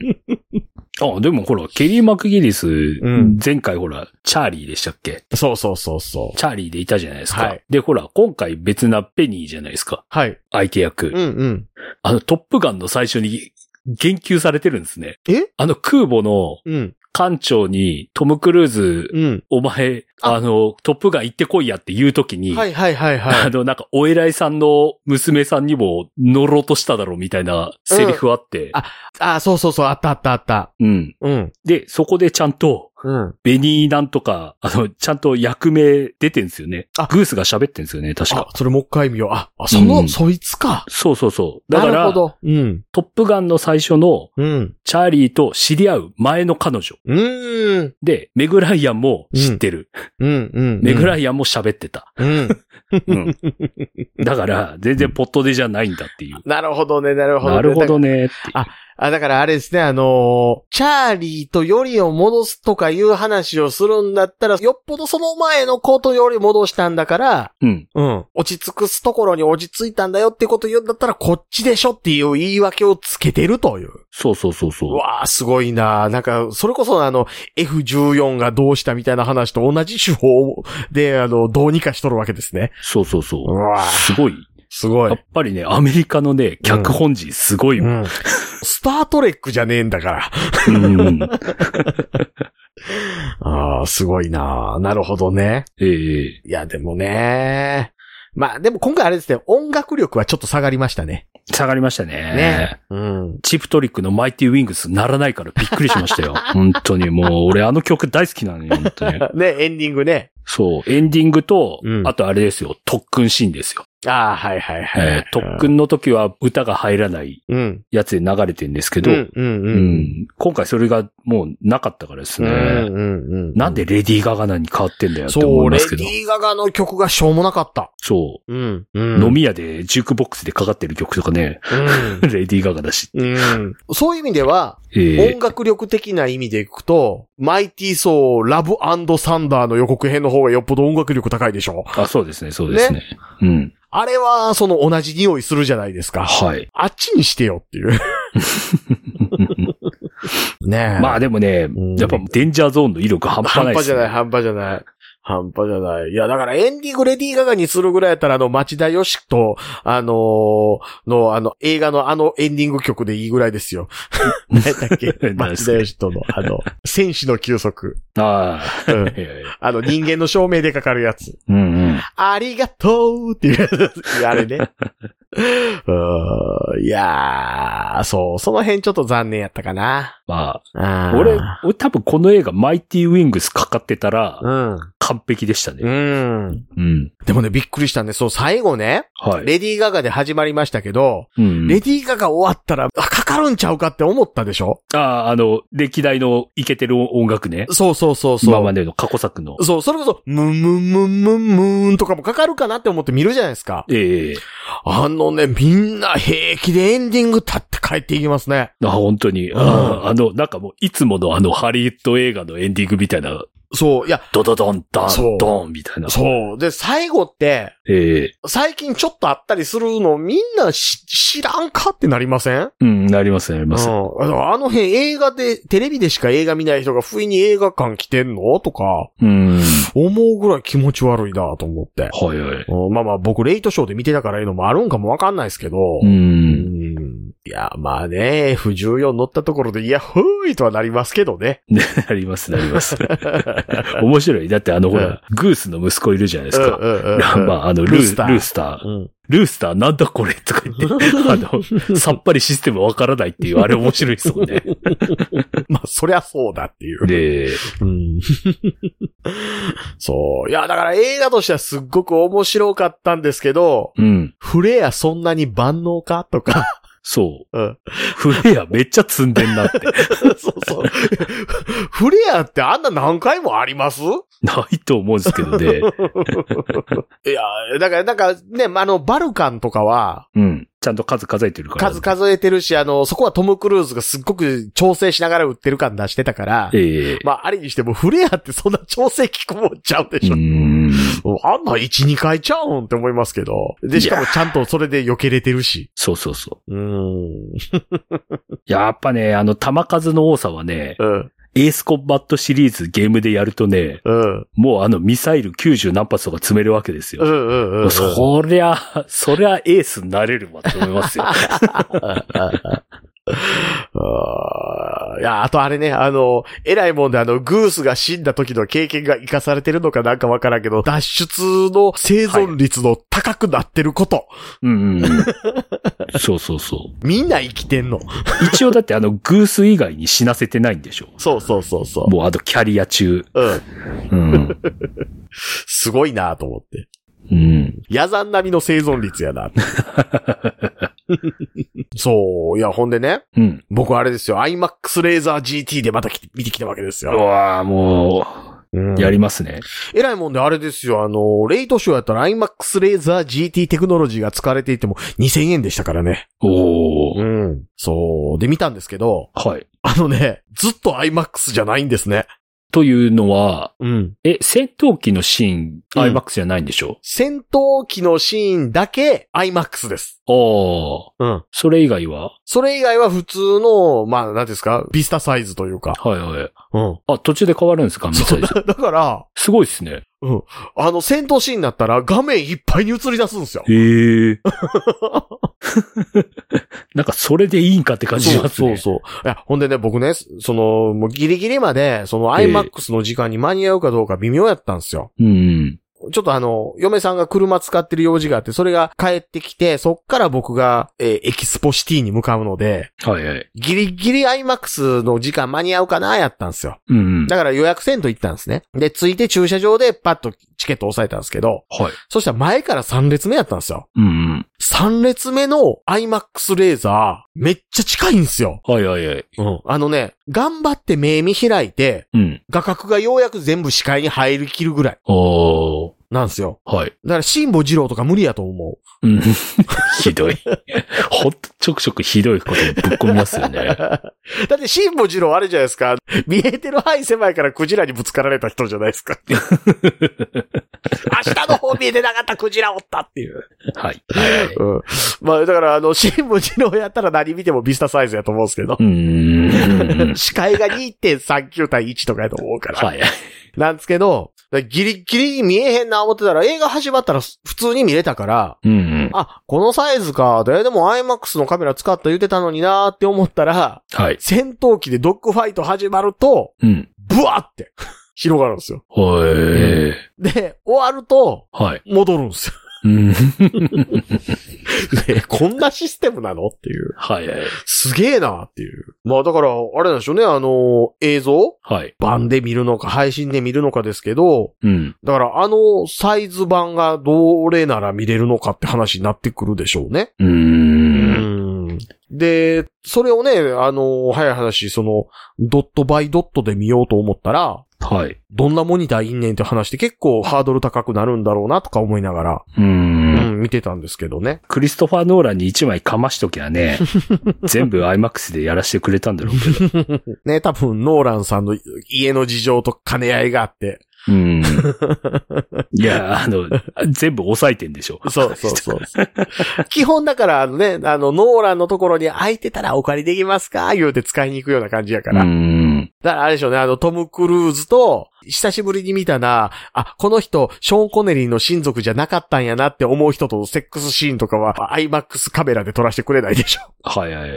[SPEAKER 4] あ、でもほら、ケリー・マクギリス、
[SPEAKER 3] ん
[SPEAKER 4] 前回ほら、チャーリーでしたっけ
[SPEAKER 3] そうそうそうそう。
[SPEAKER 4] チャーリーでいたじゃないですか。
[SPEAKER 3] はい
[SPEAKER 4] で、ほら、今回別なペニーじゃないですか。
[SPEAKER 3] はい。
[SPEAKER 4] 相手役。
[SPEAKER 3] うんうん。
[SPEAKER 4] あの、トップガンの最初に言及されてるんですね。
[SPEAKER 3] え
[SPEAKER 4] あの、空母の
[SPEAKER 3] うん。
[SPEAKER 4] 艦長にトム・クルーズ、
[SPEAKER 3] うん。
[SPEAKER 4] お前、
[SPEAKER 3] あ
[SPEAKER 4] あの、トップガン行ってこいやって言うときに、
[SPEAKER 3] はいはいはいは
[SPEAKER 4] あ
[SPEAKER 3] い。
[SPEAKER 4] の、なんか、お偉いさんの娘さんにも乗ろうとしただろうみたいなセリフあって、
[SPEAKER 3] ああ、そうそうそう、あったあったあった。
[SPEAKER 4] うん。
[SPEAKER 3] うん。
[SPEAKER 4] で、そこでちゃんと、
[SPEAKER 3] うん。
[SPEAKER 4] ベニーなんとか、あの、ちゃんと役名出てんですよね。
[SPEAKER 3] あ
[SPEAKER 4] グースが喋ってんですよね、確
[SPEAKER 3] あ
[SPEAKER 4] か、。
[SPEAKER 3] それもう一回見よう。あ、あその、
[SPEAKER 4] うん
[SPEAKER 3] そいつか。
[SPEAKER 4] そうそうそう。だ
[SPEAKER 3] な
[SPEAKER 4] か
[SPEAKER 3] るほ
[SPEAKER 4] ら、ト
[SPEAKER 3] ど。うん。
[SPEAKER 4] ップガンの最初の、
[SPEAKER 3] うん。
[SPEAKER 4] チャーリーと知り合う前の彼女。
[SPEAKER 3] うーん。
[SPEAKER 4] で、メグライアンも知ってる。
[SPEAKER 3] うん。うん。
[SPEAKER 4] メグラ
[SPEAKER 3] イ
[SPEAKER 4] イアンも喋ってた。
[SPEAKER 3] アン。うん。
[SPEAKER 4] うん。だから、全然ポットでじゃないんだっていう。
[SPEAKER 3] なるほどね、なるほど、ね。
[SPEAKER 4] なるほど
[SPEAKER 3] ね。
[SPEAKER 4] ねっていう。
[SPEAKER 3] ああ、だからあれですね、あのーチャーリーとよりを戻すとかいう話をするんだったら、よっぽどその前のことより戻したんだから、
[SPEAKER 4] うん。
[SPEAKER 3] うん。落ち尽くすところに落ち着いたんだよってこと言うんだったら、こっちでしょっていう言い訳をつけてるという。
[SPEAKER 4] そうそうそうそう
[SPEAKER 3] う。わあ、すごいななんか、それこそあの、F14 がどうしたみたいな話と同じ手法で、あの、どうにかしとるわけですね。
[SPEAKER 4] そうそうそう
[SPEAKER 3] わ
[SPEAKER 4] う。すごい。
[SPEAKER 3] すご
[SPEAKER 4] やっ
[SPEAKER 3] い。
[SPEAKER 4] ぱりね、アメリカのね、脚本陣すごいわ。
[SPEAKER 3] ん。スタートレックじゃねえんだから。
[SPEAKER 4] うん。
[SPEAKER 3] ああ、すごいななるほどね。
[SPEAKER 4] ええ
[SPEAKER 3] いや、でもねまあ、でも今回あれですね、音楽力はちょっと下がりましたね。
[SPEAKER 4] 下がりましたね。
[SPEAKER 3] ね。うん。
[SPEAKER 4] チップトリックのマイティウィングスならないからびっくりし ましたよ。本当にもう、俺あの曲大好きなのよ、本当に。
[SPEAKER 3] ね、エンディングね。
[SPEAKER 4] そう、エンディングと、
[SPEAKER 3] うん
[SPEAKER 4] あとあれですよ、特訓シーンですよ。
[SPEAKER 3] ああ、はいはいはい。
[SPEAKER 4] えー特訓の時は歌が入らない
[SPEAKER 3] うん。
[SPEAKER 4] やつで流れてんですけ
[SPEAKER 3] う
[SPEAKER 4] ど、
[SPEAKER 3] ん、うん、
[SPEAKER 4] う
[SPEAKER 3] うん。
[SPEAKER 4] ん今回それがもうなかったからです
[SPEAKER 3] うん、
[SPEAKER 4] ね。
[SPEAKER 3] うん、うん。
[SPEAKER 4] なんでレディー・ガガナに変わってんだよって
[SPEAKER 3] そ
[SPEAKER 4] 思
[SPEAKER 3] う、
[SPEAKER 4] いま
[SPEAKER 3] レ
[SPEAKER 4] す
[SPEAKER 3] デ
[SPEAKER 4] けど。
[SPEAKER 3] ィーガガの曲がしょうもなかった。
[SPEAKER 4] そ
[SPEAKER 3] うん。う
[SPEAKER 4] う。
[SPEAKER 3] ん
[SPEAKER 4] 飲み屋でジュークボックスでかかってる曲とかね、レディー・ガガだし。
[SPEAKER 3] うん。うん。そういう意味では、
[SPEAKER 4] えー
[SPEAKER 3] 音楽力的な意味でいくと、マイティー・ソー、ラブサンダーの予告編の方がよっぽど音楽力高いでしょ。
[SPEAKER 4] あ、そうですね、そうですね。うん。
[SPEAKER 3] あれは、その同じ匂いするじゃないですか。
[SPEAKER 4] はい。
[SPEAKER 3] あっちにしてよって いう。ねえ。
[SPEAKER 4] まあでもね
[SPEAKER 3] ん、
[SPEAKER 4] やっぱデンジャーゾーンの威力半端な
[SPEAKER 3] 半
[SPEAKER 4] いで
[SPEAKER 3] 端じ
[SPEAKER 4] す
[SPEAKER 3] ゃない、
[SPEAKER 4] ね。
[SPEAKER 3] 半端じゃない。半端じゃない。いや、だからエンディングレディーガガにするぐらいやったら、あの、町田よしと、あのーの、あの、映画のあのエンディング曲でいいぐらいです よ。何だっけ
[SPEAKER 4] 何で
[SPEAKER 3] 町
[SPEAKER 4] す
[SPEAKER 3] 田
[SPEAKER 4] か
[SPEAKER 3] よしとの、あの、戦士の休息。
[SPEAKER 4] ああ。
[SPEAKER 3] うん
[SPEAKER 4] い やいや
[SPEAKER 3] あの、人間の証明でかかるやつ。
[SPEAKER 4] うんうん。
[SPEAKER 3] ありがとうっていうやつ。いやあれね。 うーんいやー、そう、その辺ちょっと残念やったかな。
[SPEAKER 4] ま
[SPEAKER 3] あ
[SPEAKER 4] あ、
[SPEAKER 3] ー
[SPEAKER 4] 俺、俺多分この映画、マイティウィングスかかってたら、
[SPEAKER 3] うん。
[SPEAKER 4] 完璧でした
[SPEAKER 3] う
[SPEAKER 4] ね。
[SPEAKER 3] ん。
[SPEAKER 4] うん。
[SPEAKER 3] でもね、びっくりしたんで、そう、最後ね、
[SPEAKER 4] はい。
[SPEAKER 3] レディーガガで始まりましたけど、
[SPEAKER 4] うん
[SPEAKER 3] レディーガガ終わったら、あ、かかるんちゃうかって思ったでしょ
[SPEAKER 4] ああ、あの、歴代のイケてる音楽ね。
[SPEAKER 3] そうそうそうそう。
[SPEAKER 4] 今までの過去作の。
[SPEAKER 3] そう、それこそ、ムンムンムンムンムーンとかもかかるかなって思って見るじゃないですか。
[SPEAKER 4] ええ
[SPEAKER 3] あのね、みんな平気でエンディング立って帰っていきますね。
[SPEAKER 4] あ本当に。
[SPEAKER 3] ん
[SPEAKER 4] ああの、なんかもう、いつものあの、ハリウッド映画のエンディングみたいな、
[SPEAKER 3] そう、いや、
[SPEAKER 4] ドドドン、ダ
[SPEAKER 3] そう
[SPEAKER 4] ン、ドン、みたいな。
[SPEAKER 3] そう。で、最後って、
[SPEAKER 4] ええ
[SPEAKER 3] 最近ちょっとあったりするのみんなし知らんかってなりません
[SPEAKER 4] うん、なりますね、なります。
[SPEAKER 3] うん、あのあの辺映画で、テレビでしか映画見ない人が不意に映画館来てんのとか、
[SPEAKER 4] うん。
[SPEAKER 3] 思うぐらい気持ち悪いなと思って。
[SPEAKER 4] はいはい。
[SPEAKER 3] うんまあまあ僕レイトショーで見てたからいうのもあるんかもわかんないですけど。
[SPEAKER 4] う。
[SPEAKER 3] うんんいや、まあね、F14 乗ったところで、いや、ふーいとはなりますけどね。
[SPEAKER 4] なります、なります。 面白い。だってあの、ほら、グースの息子いるじゃないですか。 まあ、あの、ルー
[SPEAKER 3] ルスター
[SPEAKER 4] ルースター。
[SPEAKER 3] うん
[SPEAKER 4] ルースターなんだこれとか 言って、あの、さっぱりシステムわからないっていう、あれ面白いです もんね。
[SPEAKER 3] まあ、そりゃそうだっていう。
[SPEAKER 4] で、
[SPEAKER 3] うん そう。いや、だから映画としてはすっごく面白かったんですけど、
[SPEAKER 4] うん。
[SPEAKER 3] フレアそんなに万能かとか。
[SPEAKER 4] そう。
[SPEAKER 3] うん
[SPEAKER 4] フレアめっちゃ積んで んなって。
[SPEAKER 3] そうそう。 フレアってあんな何回もあります
[SPEAKER 4] ないと思うんですけどね。
[SPEAKER 3] いや、だからなんかね、まああの、バルカンとかは、
[SPEAKER 4] うん。ちゃんと数数えてるから。
[SPEAKER 3] 数数えてるし、あの、そこはトム・クルーズがすっごく調整しながら売ってる感出してたから、
[SPEAKER 4] ええ
[SPEAKER 3] まあ、ありにしても、フレアってそんな調整効くもんちゃうで
[SPEAKER 4] う
[SPEAKER 3] しょ。
[SPEAKER 4] ん。
[SPEAKER 3] あんな1、2回ちゃうんって思いますけど。で、しかもちゃんとそれで避けれてるし。
[SPEAKER 4] そうそうそう
[SPEAKER 3] ーん。
[SPEAKER 4] う。やっぱね、あの、弾数の多さはね、
[SPEAKER 3] うん。
[SPEAKER 4] エースコンバットシリーズゲームでやるとね、
[SPEAKER 3] うん。
[SPEAKER 4] もうあのミサイル90何発とか詰めるわけです
[SPEAKER 3] う
[SPEAKER 4] よ。
[SPEAKER 3] ん。うん。うん。
[SPEAKER 4] そりゃ、そりゃエースになれるわと思いま すよ。
[SPEAKER 3] あーいや、あとあれね、あの、偉いもんであの、グースが死んだ時の経験が活かされてるのかなんかわからんけど、脱出の生存率の高くなってること。
[SPEAKER 4] うんうんうん。そうそうそう。
[SPEAKER 3] みんな生きてんの。
[SPEAKER 4] 一応だってあの、グース以外に死なせてないんでしょ。
[SPEAKER 3] そうそうそうそ
[SPEAKER 4] もうあとキャリア中。
[SPEAKER 3] う。うん。
[SPEAKER 4] うん。
[SPEAKER 3] すごいなと思って。
[SPEAKER 4] うん。
[SPEAKER 3] 野山並みの生存率やなって。そう。いや、ほんでね、
[SPEAKER 4] うん。
[SPEAKER 3] 僕あれですよ、IMAX レーザー GT でまた来て見てきたわけです
[SPEAKER 4] う
[SPEAKER 3] よ。
[SPEAKER 4] わぁ、も
[SPEAKER 3] うん
[SPEAKER 4] やりますね。
[SPEAKER 3] えらいもんであれですよ、あの、レイトショーやったら IMAX レーザー GT テクノロジーが使われていても2000円でしたからね。
[SPEAKER 4] おー。
[SPEAKER 3] ん。そう。で見たんですけど、
[SPEAKER 4] はい。
[SPEAKER 3] あのね、ずっと IMAX じゃないんですね。
[SPEAKER 4] というのは、
[SPEAKER 3] うん。
[SPEAKER 4] え、戦闘機のシーン、
[SPEAKER 3] うん
[SPEAKER 4] アイマックスじゃないんでしょ
[SPEAKER 3] 戦闘機のシーンだけ IMAX です。
[SPEAKER 4] ああ。
[SPEAKER 3] うん。
[SPEAKER 4] それ以外は
[SPEAKER 3] それ以外は普通の、まあ、なんていうんですか、ビスタサイズというか。
[SPEAKER 4] はいはい。
[SPEAKER 3] うん。
[SPEAKER 4] あ、途中で変わるんですか画面サイズ。
[SPEAKER 3] だから、
[SPEAKER 4] すごいですね。
[SPEAKER 3] あの、戦闘シーンになったら画面いっぱいに映り出すんですよ。
[SPEAKER 4] へえ。 なんかそれでいいんかって感じしますね。
[SPEAKER 3] そうそうそう。いや、ほんでね、僕ね、その、もうギリギリまで、その
[SPEAKER 4] ええ
[SPEAKER 3] iMAX の時間に間に合うかどうか微妙やったんですよ。
[SPEAKER 4] う。うん。
[SPEAKER 3] ちょっとあの、嫁さんが車使ってる用事があって、それが帰ってきて、そっから僕が、えーエキスポシティに向かうので、
[SPEAKER 4] はいはい。
[SPEAKER 3] ギリギリ iMAX の時間間に合うかな、やったんですよ。
[SPEAKER 4] うん。
[SPEAKER 3] だから予約せんと行ったんですね。で、着いて駐車場でパッとチケット押さえたんですけど、
[SPEAKER 4] はい。
[SPEAKER 3] そしたら前から3列目やったんですよ。
[SPEAKER 4] うん。
[SPEAKER 3] 3列目の iMAX レーザー、めっちゃ近いんですよ。
[SPEAKER 4] はいはいはい。
[SPEAKER 3] うん。あのね、頑張って目見開いて、
[SPEAKER 4] うん。
[SPEAKER 3] 画角がようやく全部視界に入りきるぐらい
[SPEAKER 4] ああ。
[SPEAKER 3] なんですよ。
[SPEAKER 4] はい。
[SPEAKER 3] だから、辛坊二郎とか無理やと思
[SPEAKER 4] うん。 ひどい。ほんと、ちょくちょくひどいことぶっ込みますよ
[SPEAKER 3] う。
[SPEAKER 4] ね。
[SPEAKER 3] だって、辛坊二郎あれじゃないですか。見えてる範囲狭いからクジラにぶつかられた人じゃないです か。明日の方見えてなかったクジラおったっていう。
[SPEAKER 4] はい。はいはい。
[SPEAKER 3] うん。まあ、だから、あの、辛坊二郎やったら何見てもビスタサイズやと思うんですけど
[SPEAKER 4] う。ーん。
[SPEAKER 3] 視界が2.39対1とかやと思うから。
[SPEAKER 4] はい。
[SPEAKER 3] なんですけど、だからギリギリ見えへんな思ってたら、映画始まったら普通に見れたから、
[SPEAKER 4] うん。
[SPEAKER 3] あ、このサイズか、ででも IMAX のカメラ使った言ってたのになーって思ったら、
[SPEAKER 4] はい。
[SPEAKER 3] 戦闘機でドッグファイト始まると、
[SPEAKER 4] うん。
[SPEAKER 3] ブワーって広がるんですよ。
[SPEAKER 4] はい。
[SPEAKER 3] で、終わると、
[SPEAKER 4] はい。
[SPEAKER 3] 戻るん ですよ。
[SPEAKER 4] うん。
[SPEAKER 3] で、こんなシステムなのっていう。
[SPEAKER 4] はいはい。
[SPEAKER 3] すげえなっていう。まあだから、あれなんでしょうね、あの映像
[SPEAKER 4] はい。
[SPEAKER 3] 版で見るのか、配信で見るのかですけど、
[SPEAKER 4] うん。
[SPEAKER 3] だから、あのサイズ版がどれなら見れるのかって話になってくるでしょうね。
[SPEAKER 4] うーん。
[SPEAKER 3] うんで、それをね、あの、早い話、その、ドットバイドットで見ようと思ったら、
[SPEAKER 4] はい。
[SPEAKER 3] どんなモニターいんねんって話って結構ハードル高くなるんだろうなとか思いながら、
[SPEAKER 4] うー。
[SPEAKER 3] うんん、見てたんですけどね。
[SPEAKER 4] クリストファー・ノーランに一枚かましときゃね、全部 IMAX でやらせてくれたんだろうけど。
[SPEAKER 3] ね、多分、ノーランさんの家の事情と兼ね合いがあって。
[SPEAKER 4] うん。いや、あの、全部抑えてんでしょ。
[SPEAKER 3] そうそう そう。基本だから、あのね、あの、ノーランのところに空いてたらお借りできますか言うて使いに行くような感じやか
[SPEAKER 4] う
[SPEAKER 3] ら。
[SPEAKER 4] ん。
[SPEAKER 3] だからあれでしょうね、あの、トム・クルーズと、久しぶりに見たな、あ、この人、ショーン・コネリーの親族じゃなかったんやなって思う人とのセックスシーンとかは、IMAX カメラで撮らせてくれないでしょ。
[SPEAKER 4] はいはい。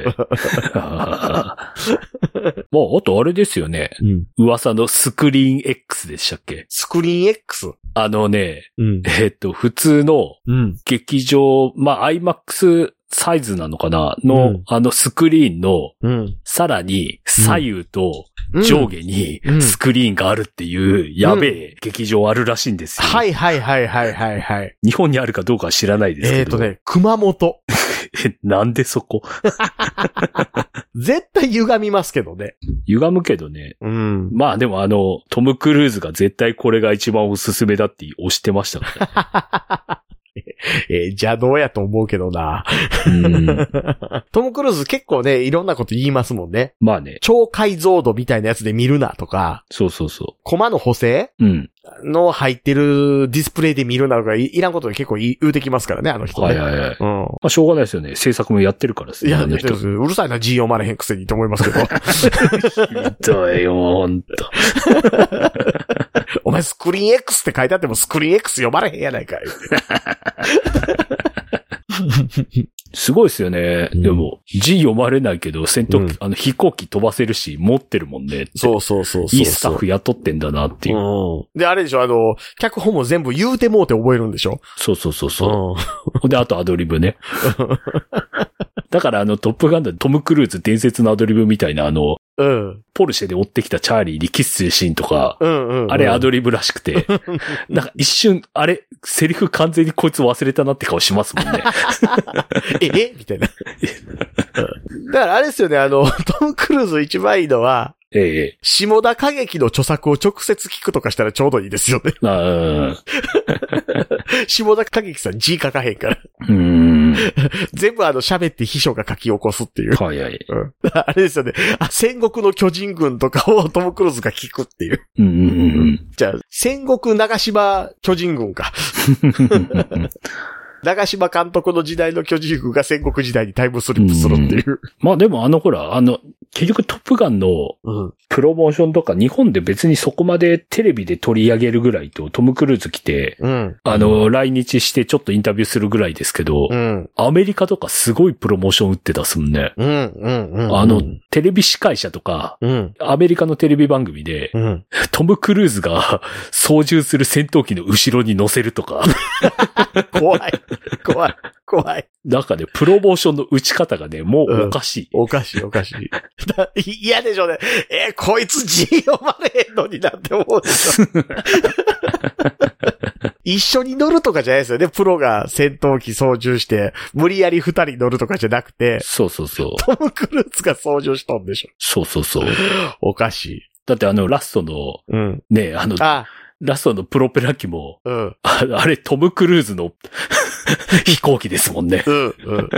[SPEAKER 4] まあ、あとあれですよね。
[SPEAKER 3] うん。
[SPEAKER 4] 噂のスクリーン X でしたっけ
[SPEAKER 3] スクリーン X。
[SPEAKER 4] あのね、
[SPEAKER 3] うん。
[SPEAKER 4] えっと、普通の
[SPEAKER 3] うん。
[SPEAKER 4] 劇場、まあ、IMAX サイズなのかなの、
[SPEAKER 3] うん
[SPEAKER 4] あのスクリーンの、
[SPEAKER 3] うん。
[SPEAKER 4] さらに左右と上下に
[SPEAKER 3] うん
[SPEAKER 4] スクリーンがあるっていう、やべえ劇場あるらしいんですよ。
[SPEAKER 3] はいはいはいはいはいはい。
[SPEAKER 4] 日本にあるかどうかは知らないです
[SPEAKER 3] え
[SPEAKER 4] け
[SPEAKER 3] っと
[SPEAKER 4] ど。
[SPEAKER 3] ね、熊本。
[SPEAKER 4] え なんでそこ
[SPEAKER 3] 絶対歪みますけどね。
[SPEAKER 4] 歪むけどね。
[SPEAKER 3] うん。
[SPEAKER 4] まあでもあの、トム・クルーズが絶対これが一番おすすめだって押してましたから。
[SPEAKER 3] えー邪道やと思うけどな。
[SPEAKER 4] うん
[SPEAKER 3] トム・クルーズ結構ね、いろんなこと言いますもんね。
[SPEAKER 4] まあね。
[SPEAKER 3] 超解像度みたいなやつで見るなとか、
[SPEAKER 4] そうそうそ
[SPEAKER 3] コマの補正
[SPEAKER 4] う。うん。
[SPEAKER 3] の入ってるディスプレイで見るなとかい、いらんことで結構言い言うてきますからね、あの人ね。
[SPEAKER 4] はいはいはい。ま
[SPEAKER 3] うん。
[SPEAKER 4] あしょうがないですよね。制作もやってるからです
[SPEAKER 3] い
[SPEAKER 4] ね。
[SPEAKER 3] や、
[SPEAKER 4] あの人
[SPEAKER 3] うるさいな、G 読まれへんくせにと思いますけど。
[SPEAKER 4] ひどいよ、ほんと。
[SPEAKER 3] お前スクリーン X って書いてあってもスクリーン X 読まれへんやないかい。
[SPEAKER 4] すごいですよね。
[SPEAKER 3] うん
[SPEAKER 4] でも、字読まれないけど、戦闘機、
[SPEAKER 3] う
[SPEAKER 4] あの、飛行機飛ばせるし、持ってるもんね。
[SPEAKER 3] そうそうそう
[SPEAKER 4] いいスタッフ雇ってんだなっていう。
[SPEAKER 3] うん。で、あれでしょ、あの、脚本も全部言うてもうて覚えるんでしょ
[SPEAKER 4] そうそうそうそう。ほんで、あとアドリ ブね。だから、あの、トップガンダムトム・クルーズ伝説のアドリブみたいな、あの、
[SPEAKER 3] うん。うん。
[SPEAKER 4] ポルシェで追ってきたチャーリーにキスするシーンとか、
[SPEAKER 3] うんうん、うん。
[SPEAKER 4] あれアドリブらし くて、なんか一瞬、あれ、セリフ完全にこいつ忘れたなって顔しますもんね。
[SPEAKER 3] え えみたいな。だからあれですよね、あの、トム・クルーズ一番いいのは、
[SPEAKER 4] ええ。
[SPEAKER 3] 下田歌劇の著作を直接聞くとかしたらちょうどいいですよね。
[SPEAKER 4] ああ、
[SPEAKER 3] 下田歌劇さん字書かへんから。
[SPEAKER 4] うん。
[SPEAKER 3] 全部あの喋って秘書が書き起こすっていう。
[SPEAKER 4] はいはい。
[SPEAKER 3] うん、あれですよね。あ、戦国の巨人軍とかをトム・クルーズが聞くっていう。
[SPEAKER 4] うんうん
[SPEAKER 3] じゃあ、戦国長島巨人軍 か。
[SPEAKER 4] うん。
[SPEAKER 3] 長島監督の時代の巨人軍が戦国時代にタイムスリップするっていう。
[SPEAKER 4] まあでもあのほら、あの、結局トップガンの
[SPEAKER 3] うん。
[SPEAKER 4] プロモーションとか日本で別にそこまでテレビで取り上げるぐらいとトム・クルーズ来て、
[SPEAKER 3] うん。
[SPEAKER 4] あの、来日してちょっとインタビューするぐらいですけど、
[SPEAKER 3] うん。
[SPEAKER 4] アメリカとかすごいプロモーション打ってたっすもんね。
[SPEAKER 3] うん。うん。うん。
[SPEAKER 4] あの、テレビ司会者とか、
[SPEAKER 3] うん。
[SPEAKER 4] アメリカのテレビ番組で、
[SPEAKER 3] うん。
[SPEAKER 4] トム・クルーズが 操縦する戦闘機の後ろに乗せる とか、
[SPEAKER 3] 怖い。怖い。怖い。
[SPEAKER 4] なんかね、プロモーションの打ち方がね、もうおかしい。
[SPEAKER 3] おかしい、おかしい。 だい嫌でしょうね。えーこいつ字読まれへんのになって思うでしょ。 一緒に乗るとかじゃないですよね。プロが戦闘機操縦して、無理やり二人乗るとかじゃなくて、
[SPEAKER 4] そうそうそう。
[SPEAKER 3] トム・クルーズが操縦したんでしょ。
[SPEAKER 4] そうそうそう。
[SPEAKER 3] おかしい。
[SPEAKER 4] だってあの、ラストの、
[SPEAKER 3] うん。
[SPEAKER 4] ね、あの、
[SPEAKER 3] あ、
[SPEAKER 4] ラストのプロペラ機も、
[SPEAKER 3] うん。
[SPEAKER 4] ああれ、トム・クルーズの 飛行機ですもんね。
[SPEAKER 3] うん、うん、うん。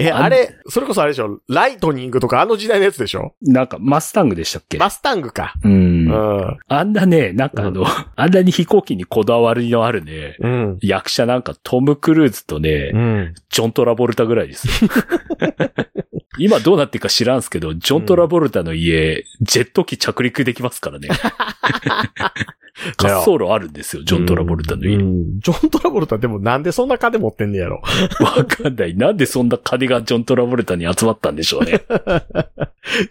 [SPEAKER 3] え、あれ、それこそあれでしょライトニングとかあの時代のやつでしょ
[SPEAKER 4] なんか、マスタングでしたっけ
[SPEAKER 3] マスタングか。
[SPEAKER 4] う。
[SPEAKER 3] うんん。
[SPEAKER 4] あんなね、なんかあの、あんなに飛行機にこだわりのあるね、
[SPEAKER 3] うん。
[SPEAKER 4] 役者なんかトム・クルーズとね、
[SPEAKER 3] うん。
[SPEAKER 4] ジョン・トラボルタぐらいです。 今どうなってるか知らんすけど、ジョン・トラボルタの家、ジェット機着陸できますからね。 滑走路あるんですよ、ジョン・トラボルタの家。
[SPEAKER 3] うんジョン・トラボルタでもなんでそんな金持ってんねやろ。
[SPEAKER 4] わかんない。なんでそんな金がジョン・トラボルタに集まったんでしょう ね。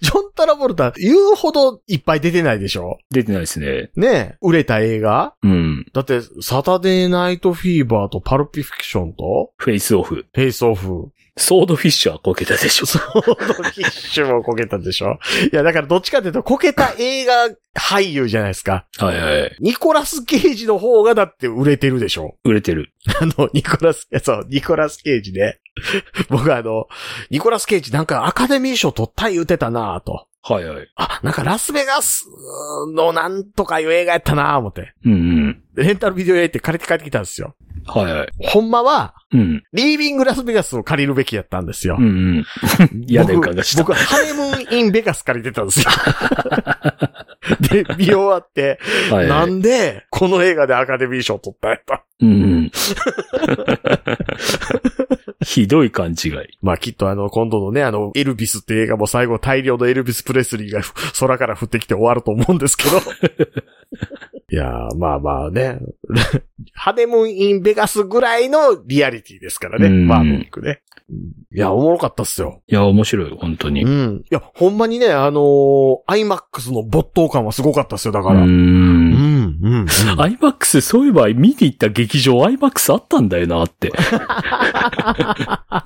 [SPEAKER 3] ジョン・トラボルタ言うほどいっぱい出てないでしょ
[SPEAKER 4] 出てないですね。
[SPEAKER 3] ねえ、売れた映画
[SPEAKER 4] うん。
[SPEAKER 3] だって、サタデー・ナイト・フィーバーとパルピフィクションと、
[SPEAKER 4] フェイスオフ。
[SPEAKER 3] フェイス・ オフ。
[SPEAKER 4] ソードフィッシュはこけたで しょ。
[SPEAKER 3] ソードフィッシュもこけたでしょいや、だからどっちかっていうと、こけた映画俳優じゃないですか。
[SPEAKER 4] はいはい。
[SPEAKER 3] ニコラス・ケイジの方がだって売れてるでしょ
[SPEAKER 4] 売れてる。
[SPEAKER 3] あの、ニコラス、そう、ニコラス・ケイジね。 僕はあの、ニコラス・ケイジなんかアカデミー賞取った言うてたなぁと。
[SPEAKER 4] はいはい。
[SPEAKER 3] あ、なんかラスベガスのなんとかいう映画やったなぁ思って。
[SPEAKER 4] うんうん。
[SPEAKER 3] でレンタルビデオ屋行って借りて帰ってきたんですよ。
[SPEAKER 4] はいはい。
[SPEAKER 3] ほんまは、
[SPEAKER 4] うん。
[SPEAKER 3] リービングラスベガスを借りるべきやったんですよ
[SPEAKER 4] うん。うん。嫌な予感がした。
[SPEAKER 3] 僕、僕ハネムーンインベガス借りてたんです よ。で、見終わって、
[SPEAKER 4] はい
[SPEAKER 3] な
[SPEAKER 4] はい。
[SPEAKER 3] んで、この映画でアカデミー賞取ったんやと。
[SPEAKER 4] うんうん。 ひどい勘違い。
[SPEAKER 3] まあきっとあの、今度のね、あの、エルビスって映画も最後大量のエルビス・プレスリーが ふ空から降ってきて終わると思うんです けど。いやー、まあまあね。 ハネムーン・イン・ベガスぐらいのリアリティですからね。
[SPEAKER 4] うん
[SPEAKER 3] マーヴェリックね。いや、おもろかったっすよ。
[SPEAKER 4] いや、面白い、本当に。
[SPEAKER 3] う。
[SPEAKER 4] うん。
[SPEAKER 3] いや、ほんまにね、あのー、アイマックスの没頭感はすごかったっすよ、だから。うんん、うん。
[SPEAKER 4] アイマックス、そういえば見に行った劇場、アイマックスあったんだよなって。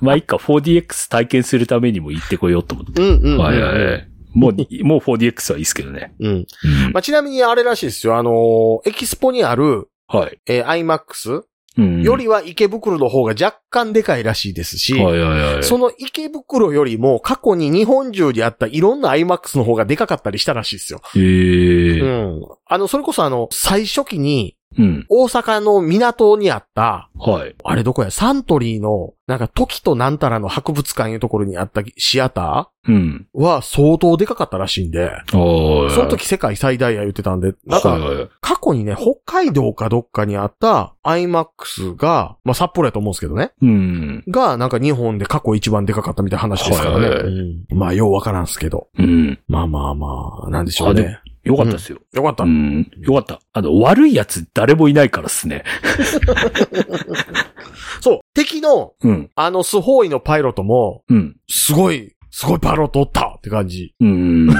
[SPEAKER 4] まあ、いっか、4DX 体験するためにも行ってこようと思って。
[SPEAKER 3] うん、うん。
[SPEAKER 4] はいはいはい。もう、もう 4DX はいいですけどね。
[SPEAKER 3] うん。
[SPEAKER 4] うん
[SPEAKER 3] まあ、ちなみにあれらしいですよ、あのーエキスポにある、
[SPEAKER 4] はい。
[SPEAKER 3] えー、アイマックス
[SPEAKER 4] うん
[SPEAKER 3] よ、りは池袋の方が若干でかいらしいですし、
[SPEAKER 4] はいはいはい。
[SPEAKER 3] その池袋よりも過去に日本中にあったいろんな IMAX の方がでかかったりしたらしいですよ。
[SPEAKER 4] へ
[SPEAKER 3] う
[SPEAKER 4] え。
[SPEAKER 3] ん。あの、それこそあの、最初期に
[SPEAKER 4] うん。
[SPEAKER 3] 大阪の港にあった、
[SPEAKER 4] はい。
[SPEAKER 3] あれどこや、サントリーの、なんか時となんたらの博物館いうところにあったシアタ
[SPEAKER 4] うん。
[SPEAKER 3] ーは相当でかかったらしいんで、
[SPEAKER 4] おー。
[SPEAKER 3] その時世界最大や言ってたんで、なん
[SPEAKER 4] はい
[SPEAKER 3] か
[SPEAKER 4] はいはい。
[SPEAKER 3] 過去にね、北海道かどっかにあった IMAX が、まあ札幌やと思うんですけどね。
[SPEAKER 4] うん。
[SPEAKER 3] が、なんか日本で過去一番でかかったみたいな話ですからね。
[SPEAKER 4] はいはいはい
[SPEAKER 3] うんまあ、ようわからんすけど。
[SPEAKER 4] うん。
[SPEAKER 3] まあまあまあ、なんでしょうね。
[SPEAKER 4] よかったですよ。
[SPEAKER 3] よかった。
[SPEAKER 4] うん。よかった。あの、悪いやつ誰もいないからっすね。
[SPEAKER 3] そう、敵の、
[SPEAKER 4] うん。
[SPEAKER 3] あの、スホーイのパイロットも、
[SPEAKER 4] うん。
[SPEAKER 3] すごい、すごいパイロットおったって感じ。
[SPEAKER 4] うん。だ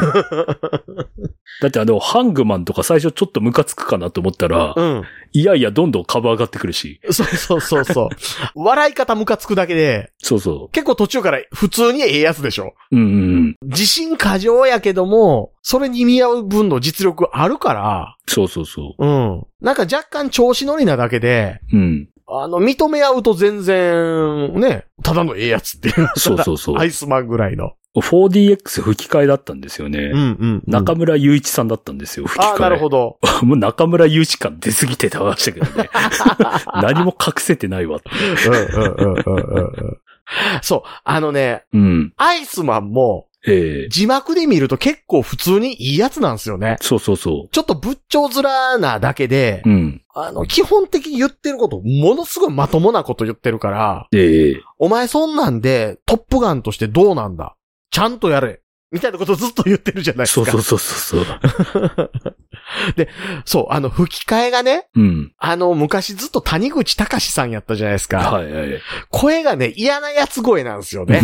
[SPEAKER 4] ってあの、ハングマンとか最初ちょっとムカつくかなと思った ら、
[SPEAKER 3] うん。
[SPEAKER 4] いやいや、どんどん株上がってくるし。
[SPEAKER 3] そうそうそうそう。 笑い方ムカつくだけで、
[SPEAKER 4] そうそ
[SPEAKER 3] 結構途中から普通にええやつでしょ。
[SPEAKER 4] う。うんうんうん。
[SPEAKER 3] 自信過剰やけども、それに見合う分の実力あるから、
[SPEAKER 4] そうそうそ
[SPEAKER 3] うん。なんか若干調子乗りなだけで、
[SPEAKER 4] う。うん。
[SPEAKER 3] あの、認め合うと全然、ね、ただのええやつっていう。
[SPEAKER 4] そうそうそう
[SPEAKER 3] ア。イスマンぐらいの。
[SPEAKER 4] 4DX 吹き替えだったんですよね。
[SPEAKER 3] うんうん。
[SPEAKER 4] 中村雄一さんだったんですよ、吹き替え。
[SPEAKER 3] ああ、なるほど。
[SPEAKER 4] ど。もう中村雄一感出すぎてたましたけど ね。何も隠せてないわ。
[SPEAKER 3] うんうんうんうん うん。そう。あのね、
[SPEAKER 4] うん。
[SPEAKER 3] アイスマンも
[SPEAKER 4] ええ
[SPEAKER 3] 字幕で見ると結構普通にいいやつなんですよね。
[SPEAKER 4] そうそうそ
[SPEAKER 3] ちょっと仏頂面なだけで
[SPEAKER 4] う。う、ん。
[SPEAKER 3] あの、基本的に言ってること、ものすごいまともなこと言ってるから、
[SPEAKER 4] ええ
[SPEAKER 3] お前そんなんでトップガンとしてどうなんだちゃんとやれみたいなことずっと言ってるじゃないです
[SPEAKER 4] そう
[SPEAKER 3] か。
[SPEAKER 4] そうそうそうそう。
[SPEAKER 3] そう、あの、吹き替えがね、
[SPEAKER 4] うん。
[SPEAKER 3] あの、昔ずっと谷口隆さんやったじゃないですか。
[SPEAKER 4] はいはい。
[SPEAKER 3] 声がね、嫌なやつ声なんですよね。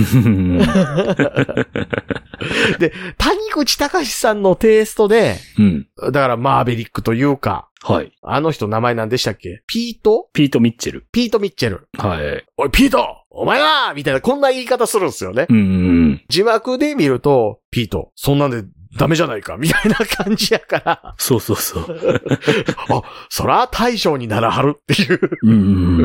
[SPEAKER 3] 谷口隆さんのテイストで、
[SPEAKER 4] うん。
[SPEAKER 3] だからマーベリックというか、
[SPEAKER 4] はい。
[SPEAKER 3] あの人名前何でしたっけピート
[SPEAKER 4] ピート・ミッチェル。
[SPEAKER 3] ピート・ミッチェル。
[SPEAKER 4] はい。
[SPEAKER 3] おい、ピートお前はみたいな、こんな言い方するんですよね。
[SPEAKER 4] うんうん。
[SPEAKER 3] 字幕で見ると、ピート、そんなんでダメじゃないかみたいな感じやから、
[SPEAKER 4] そうそうそう。
[SPEAKER 3] そら大将にならはるっていう。
[SPEAKER 4] うんう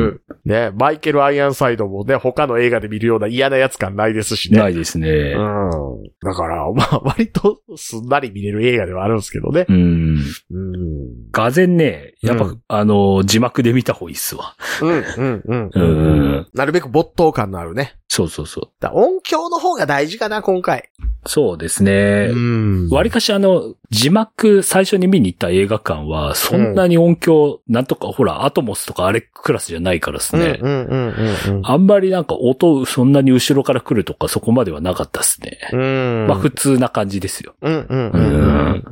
[SPEAKER 4] ん。
[SPEAKER 3] ね、マイケル・アイアンサイドもね、他の映画で見るような嫌なやつ感ないですしね。
[SPEAKER 4] ないです ね。
[SPEAKER 3] うん。だから、まあ、割とすんなり見れる映画ではあるんですけどね。
[SPEAKER 4] うん。
[SPEAKER 3] うん。うん、
[SPEAKER 4] がぜんね、やっぱ、
[SPEAKER 3] うん
[SPEAKER 4] あの、字幕で見た方がいいっすわ。
[SPEAKER 3] うん、うん。
[SPEAKER 4] うん。
[SPEAKER 3] なるべく没頭感のあるね。
[SPEAKER 4] そうそうそ
[SPEAKER 3] だ音響の方が大事かな、今回。
[SPEAKER 4] う。そうですね。
[SPEAKER 3] ん
[SPEAKER 4] わりかしあの、字幕最初に見に行った映画館は、そんなに音響、なんとか、ほら、アトモスとかあれクラスじゃないからですね。
[SPEAKER 3] うんうんうんうん
[SPEAKER 4] あんまりなんか音、そんなに後ろから来るとか、そこまではなかったっすね。
[SPEAKER 3] うん。
[SPEAKER 4] まあ、普通な感じですよ。
[SPEAKER 3] うんうん
[SPEAKER 4] うんうんうん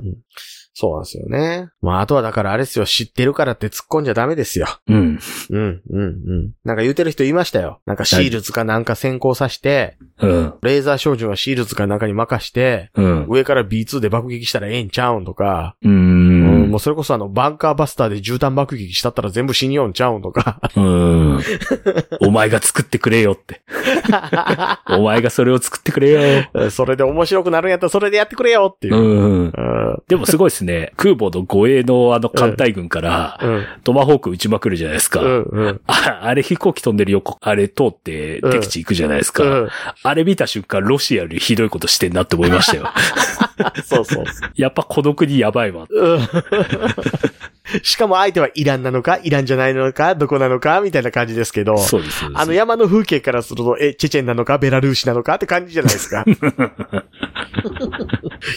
[SPEAKER 3] そうなんですよね。まあ、あとはだからあれですよ、知ってるからって突っ込んじゃダメですよ。
[SPEAKER 4] うん。
[SPEAKER 3] うんうんうん。なんか言うてる人いましたよ。なんかシールズかなんか先行さして、
[SPEAKER 4] うん。
[SPEAKER 3] レーザー照準はシールズかなんかに任して、
[SPEAKER 4] うん。
[SPEAKER 3] 上から B2 で爆撃したらええんちゃうんとか、
[SPEAKER 4] う
[SPEAKER 3] うん
[SPEAKER 4] ん
[SPEAKER 3] もう。それこそあの、バンカーバスターで絨毯爆撃したったら全部死にようんちゃうんと か。
[SPEAKER 4] うん。お前が作ってくれよ って。お前がそれを作ってくれよ。
[SPEAKER 3] それで面白くなるんやったらそれでやってくれよっていうう。う
[SPEAKER 4] ん。
[SPEAKER 3] ん。
[SPEAKER 4] でもすごいですね。空母の護衛のあの艦隊軍から
[SPEAKER 3] う、ん。
[SPEAKER 4] トマホーク撃ちまくるじゃないですか。
[SPEAKER 3] うん。うん。
[SPEAKER 4] ああれ飛行機飛んでる横、あれ通って
[SPEAKER 3] うん
[SPEAKER 4] 敵地行くじゃないですか。
[SPEAKER 3] うん
[SPEAKER 4] あれ見た瞬間、ロシアよりひどいことしてんなって思いま したよ。
[SPEAKER 3] そうそうそう。
[SPEAKER 4] やっぱこの国やばいわ。
[SPEAKER 3] うん しかも相手はイランなのか、イランじゃないのか、どこなのか、みたいな感じですけど、
[SPEAKER 4] そうです。そうです
[SPEAKER 3] あの山の風景からすると、え、チェチェンなのか、ベラルーシなのかって感じじゃない ですか。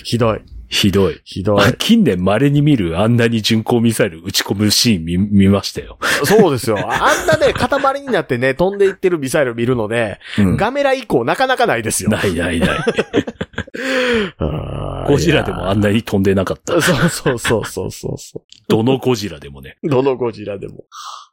[SPEAKER 3] ひどい、
[SPEAKER 4] ひどい。
[SPEAKER 3] ひど
[SPEAKER 4] あ
[SPEAKER 3] い。
[SPEAKER 4] 近年稀に見るあんなに巡航ミサイル撃ち込むシーン見、見ましたよ。
[SPEAKER 3] そうですよ。あんなね、塊になってね、飛んでいってるミサイル見るので、
[SPEAKER 4] うん
[SPEAKER 3] ガメラ以降なかなかないですよ。
[SPEAKER 4] ないないない。
[SPEAKER 3] あー
[SPEAKER 4] ゴジラでもあんなに飛んでなかっ
[SPEAKER 3] い
[SPEAKER 4] た
[SPEAKER 3] や。そうそうそうそうそうそ
[SPEAKER 4] どのゴジラでも ね。
[SPEAKER 3] う。どのゴジラでも。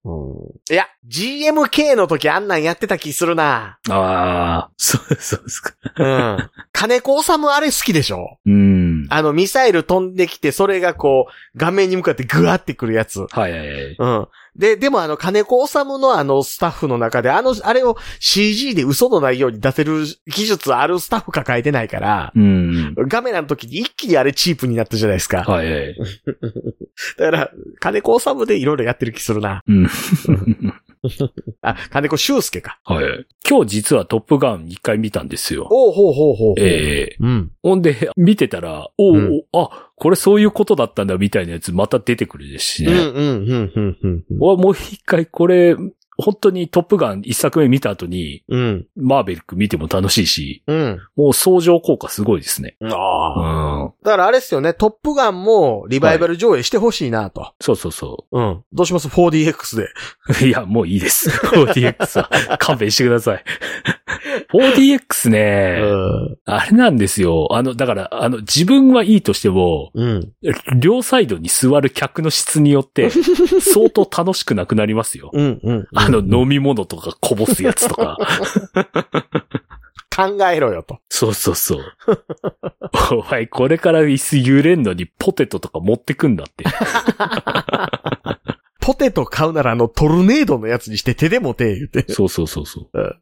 [SPEAKER 3] うん、いや、GMK の時あんなんやってた気するな。
[SPEAKER 4] ああ、そう、そうですか。
[SPEAKER 3] うん。金子治むあれ好きでしょ
[SPEAKER 4] うん。
[SPEAKER 3] あの、ミサイル飛んできて、それがこう、画面に向かってグワってくるやつ。
[SPEAKER 4] はいはいはい。
[SPEAKER 3] うん。で、でもあの、金子治むのあの、スタッフの中で、あの、あれを CG で嘘のないように出せる技術あるスタッフ抱えてないから、
[SPEAKER 4] うん。
[SPEAKER 3] ガメラの時に一気にあれチープになったじゃないですか。
[SPEAKER 4] はいはい。
[SPEAKER 3] だから、金子治むでいろいろやってる気するな。
[SPEAKER 4] うん。
[SPEAKER 3] あ、金子修介か。
[SPEAKER 4] はいはい。今日実はトップガン一回見たんですよ。
[SPEAKER 3] おうほうほうほう。
[SPEAKER 4] ええ
[SPEAKER 3] うん。
[SPEAKER 4] ほんで、見てたら、おー
[SPEAKER 3] うん
[SPEAKER 4] お、あ、これそういうことだったんだみたいなやつまた出てくるですし
[SPEAKER 3] うん、う
[SPEAKER 4] ね。
[SPEAKER 3] ん、うん、うん、うんうん。
[SPEAKER 4] 俺はもう一回これ、本当にトップガン一作目見た後に、
[SPEAKER 3] うん、
[SPEAKER 4] マーベリック見ても楽しいし、
[SPEAKER 3] うん。
[SPEAKER 4] もう相乗効果すごいですね。
[SPEAKER 3] ああ
[SPEAKER 4] う。ん。
[SPEAKER 3] だからあれですよね、トップガンもリバイバル上映してほしいなと。
[SPEAKER 4] そうそうそ
[SPEAKER 3] うん。どうします ?4DX で。
[SPEAKER 4] う。 いや、もういいです。4DX は。勘弁してください。4DX ね、
[SPEAKER 3] ん。
[SPEAKER 4] あれなんですよ。あの、だから、あの、自分はいいとしても、
[SPEAKER 3] うん。
[SPEAKER 4] 両サイドに座る客の質によ って、相当楽しくなくなりますよ。
[SPEAKER 3] うん。うん。
[SPEAKER 4] あの、飲み物とかこぼすやつとか。
[SPEAKER 3] 考えろよと。
[SPEAKER 4] そうそうそう。 お前、これから椅子揺れんのにポテトとか持ってくんだって。
[SPEAKER 3] ポテト買うならあのトルネードのやつにして手でも手言うて。
[SPEAKER 4] そうそうそうそう。
[SPEAKER 3] うん。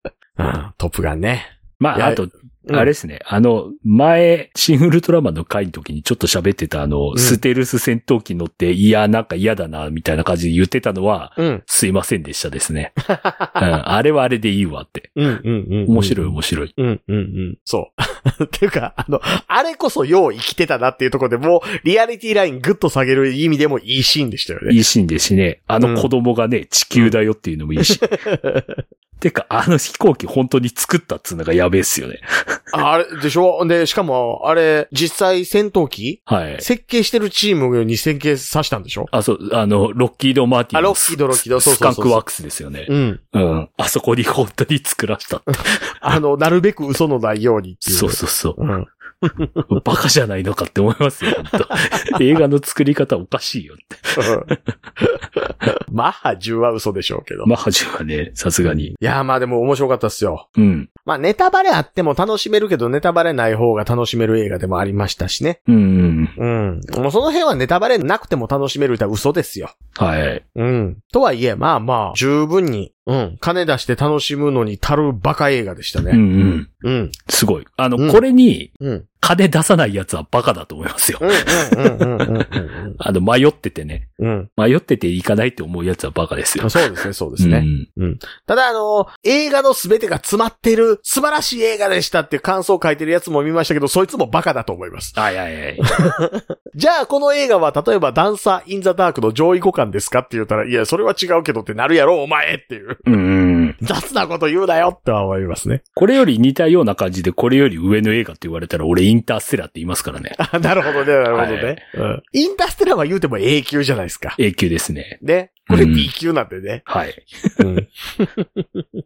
[SPEAKER 3] トップガンね。
[SPEAKER 4] ま
[SPEAKER 3] いや
[SPEAKER 4] あ、あと、
[SPEAKER 3] うん
[SPEAKER 4] あれですね。あの、前、シン・ウルトラマンの回の時にちょっと喋ってた、あの、
[SPEAKER 3] ん
[SPEAKER 4] ステルス戦闘機乗って、いや、なんか嫌だな、みたいな感じで言ってたのは、
[SPEAKER 3] うん。
[SPEAKER 4] すいませんでしたで すね。うん、あれはあれでいいわって。
[SPEAKER 3] うん、うん、うん。
[SPEAKER 4] 面白い、面白い。
[SPEAKER 3] うん、うん、うん。そう。 っていうか、あの、あれこそよう生きてたなっていうところでもう、リアリティライングッと下げる意味でもいいシーンでしたよね。
[SPEAKER 4] いいシーンですしね。あの子供がね、地球だよっていうのもいいし。 てか、あの飛行機本当に作ったっつうのがやべえっすよね。
[SPEAKER 3] ああれでしょで、しかも、あれ、実際戦闘機
[SPEAKER 4] はい。
[SPEAKER 3] 設計してるチームに設計させたんでしょ
[SPEAKER 4] あ、そう、あの、ロッキード・マーティンの
[SPEAKER 3] あロッキードロッキード
[SPEAKER 4] スス
[SPEAKER 3] そうそ
[SPEAKER 4] カ
[SPEAKER 3] う
[SPEAKER 4] ン
[SPEAKER 3] そう
[SPEAKER 4] クワークスですよね。
[SPEAKER 3] うん。
[SPEAKER 4] うん。あそこに本当に作らしたって。
[SPEAKER 3] あ の、なるべく嘘のないようにっていう。。
[SPEAKER 4] そうそうそう
[SPEAKER 3] ん。
[SPEAKER 4] う。バカじゃないのかって思いますよ、本 当映画の作り方おかしいよって。
[SPEAKER 3] マッハ10は嘘でしょうけど。
[SPEAKER 4] マッハジュはね、さすがに
[SPEAKER 3] い。やーまあでも面白かったっすよ。
[SPEAKER 4] うん。
[SPEAKER 3] まあネタバレあっても楽しめるけど、ネタバレない方が楽しめる映画でもありましたしね。
[SPEAKER 4] うんうん。
[SPEAKER 3] うん。もうその辺はネタバレなくても楽しめる歌は嘘ですよ。
[SPEAKER 4] はい。
[SPEAKER 3] うん。とはいえ、まあまあ、十分に、うん。金出して楽しむのに足るバカ映画でした
[SPEAKER 4] うんう
[SPEAKER 3] ね。
[SPEAKER 4] ん。
[SPEAKER 3] うん。うん。
[SPEAKER 4] すごい。あの、
[SPEAKER 3] うん
[SPEAKER 4] これに
[SPEAKER 3] うん。
[SPEAKER 4] 金出さないやつはバカだと思いますよ
[SPEAKER 3] う。ん。うん。うん。うん。うん
[SPEAKER 4] あの、迷っててね。
[SPEAKER 3] うん。
[SPEAKER 4] 迷ってていかないって思うやつはバカです
[SPEAKER 3] う
[SPEAKER 4] よ
[SPEAKER 3] ん。。そうですね、そうですね。
[SPEAKER 4] うん
[SPEAKER 3] ただ、あの、映画の全てが詰まってる、素晴らしい映画でしたっていう感想を書いてるやつも見ましたけど、そいつもバカだと思います。
[SPEAKER 4] はいはいはい。
[SPEAKER 3] じゃあ、この映画は、例えば、ダンサー・イン・ザ・ダークの上位互換ですかって言ったら、いや、それは違うけどってなるやろ、お前っていう。
[SPEAKER 4] うんうん。
[SPEAKER 3] 雑なこと言うなよって思いますね。
[SPEAKER 4] これより似たような感じで、これより上の映画って言われたら、俺インターステラーって言いますからね。
[SPEAKER 3] あなるほどね、なるほどね。
[SPEAKER 4] はい
[SPEAKER 3] うんインターステラーは言うても A 級じゃないですか。
[SPEAKER 4] A 級ですね。
[SPEAKER 3] ね。これ
[SPEAKER 4] うん
[SPEAKER 3] B 級なんでね。
[SPEAKER 4] はい。
[SPEAKER 3] うん、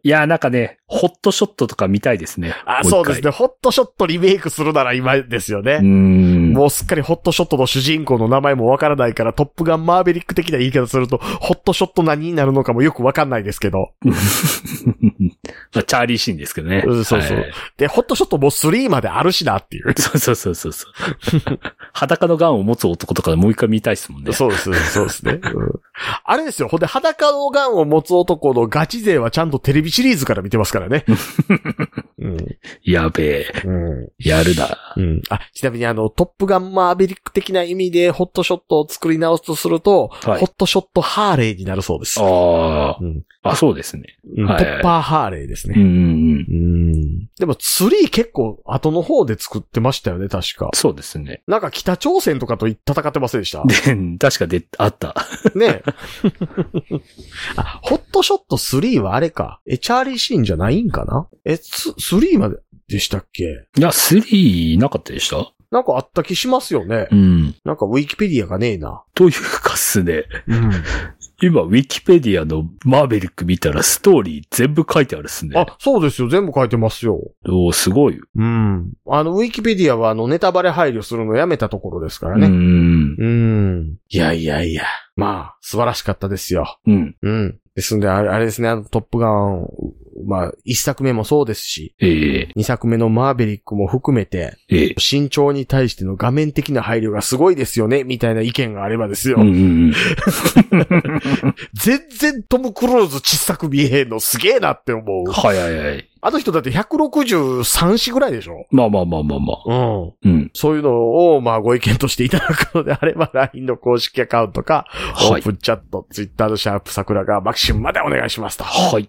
[SPEAKER 4] いやーなんかね、ホットショットとか見たいですね。
[SPEAKER 3] あ、そうですね。
[SPEAKER 4] ね。
[SPEAKER 3] ホットショットリメイクするなら今ですよね。
[SPEAKER 4] うーん。
[SPEAKER 3] もうすっかりホットショットの主人公の名前もわからないから、トップガンマーベリック的な言い方すると、ホットショット何になるのかもよくわかんないですけど。
[SPEAKER 4] まあ、チャーリーシーンですけどね。
[SPEAKER 3] うんそうそう
[SPEAKER 4] はい
[SPEAKER 3] で、ホットショットもう3まであるしなっていう。
[SPEAKER 4] そうそうそうそう そう。裸のガンを持つ男とかもう一回見たいですもんね。
[SPEAKER 3] そうです、そうです ね。うんあれですよ、ほんで裸のガンを持つ男のガチ勢はちゃんとテレビシリーズから見てますから ね。うん、
[SPEAKER 4] やべえ。
[SPEAKER 3] う
[SPEAKER 4] やるな。
[SPEAKER 3] ん、うん。あ、ちなみにあの、トップガンマーベリック的な意味でホットショットを作り直すとすると、
[SPEAKER 4] はい
[SPEAKER 3] ホットショットハーレーになるそうです。
[SPEAKER 4] あ
[SPEAKER 3] う
[SPEAKER 4] ー
[SPEAKER 3] ん
[SPEAKER 4] あ、そうですね。
[SPEAKER 3] うん
[SPEAKER 4] は
[SPEAKER 3] ト
[SPEAKER 4] い
[SPEAKER 3] ッパーハーレーですね
[SPEAKER 4] うん。うんうん。
[SPEAKER 3] うんでも、ツリー結構後の方で作ってましたよね、確か。
[SPEAKER 4] そうですね。
[SPEAKER 3] なんか北朝鮮とかと戦ってませんでした
[SPEAKER 4] で、 確かで、あった。
[SPEAKER 3] ねえあ、ホットショット3はあれか。え、チャーリーシーンじゃないんかなえ、つ3まででしたっけ
[SPEAKER 4] いや、3なかったでした
[SPEAKER 3] なんかあった気しますよね
[SPEAKER 4] う。ん。
[SPEAKER 3] なんかウィキペディアがねえな。
[SPEAKER 4] というかっすね。
[SPEAKER 3] うん。
[SPEAKER 4] 今、ウィキペディアのマーベリック見たらストーリー全部書いてあるっすね。
[SPEAKER 3] あ、そうですよ。全部書いてますよ。
[SPEAKER 4] おーすごい。
[SPEAKER 3] うん。あの、ウィキペディアはあの、ネタバレ配慮するのやめたところですから
[SPEAKER 4] うんう
[SPEAKER 3] ね。
[SPEAKER 4] ん
[SPEAKER 3] うん。いやいやいや。まあ、素晴らしかったですよ。
[SPEAKER 4] うん。う
[SPEAKER 3] う
[SPEAKER 4] ん。
[SPEAKER 3] ん。ですんで、あれあれですね、あの、トップガン、まあ、一作目もそうですし、
[SPEAKER 4] ええ
[SPEAKER 3] 二作目のマーベリックも含めて、
[SPEAKER 4] ええ
[SPEAKER 3] 身長に対しての画面的な配慮がすごいですよね、みたいな意見があればですよ。
[SPEAKER 4] うんうん
[SPEAKER 3] 全然トム・クルーズ小さく見えへんのすげえなって思
[SPEAKER 4] うん。
[SPEAKER 3] う。
[SPEAKER 4] はいはいはい。
[SPEAKER 3] あの人だって163子ぐらいでしょ
[SPEAKER 4] まあまあまあまあまあ。
[SPEAKER 3] うん。
[SPEAKER 4] うん。
[SPEAKER 3] そういうのを、まあ、ご意見としていただくのであれば、LINE の公式アカウントか、オ
[SPEAKER 4] は
[SPEAKER 3] ー
[SPEAKER 4] い。
[SPEAKER 3] プンチャット、Twitter のシャープ桜がマキシムまでお願いしますと。
[SPEAKER 4] はい。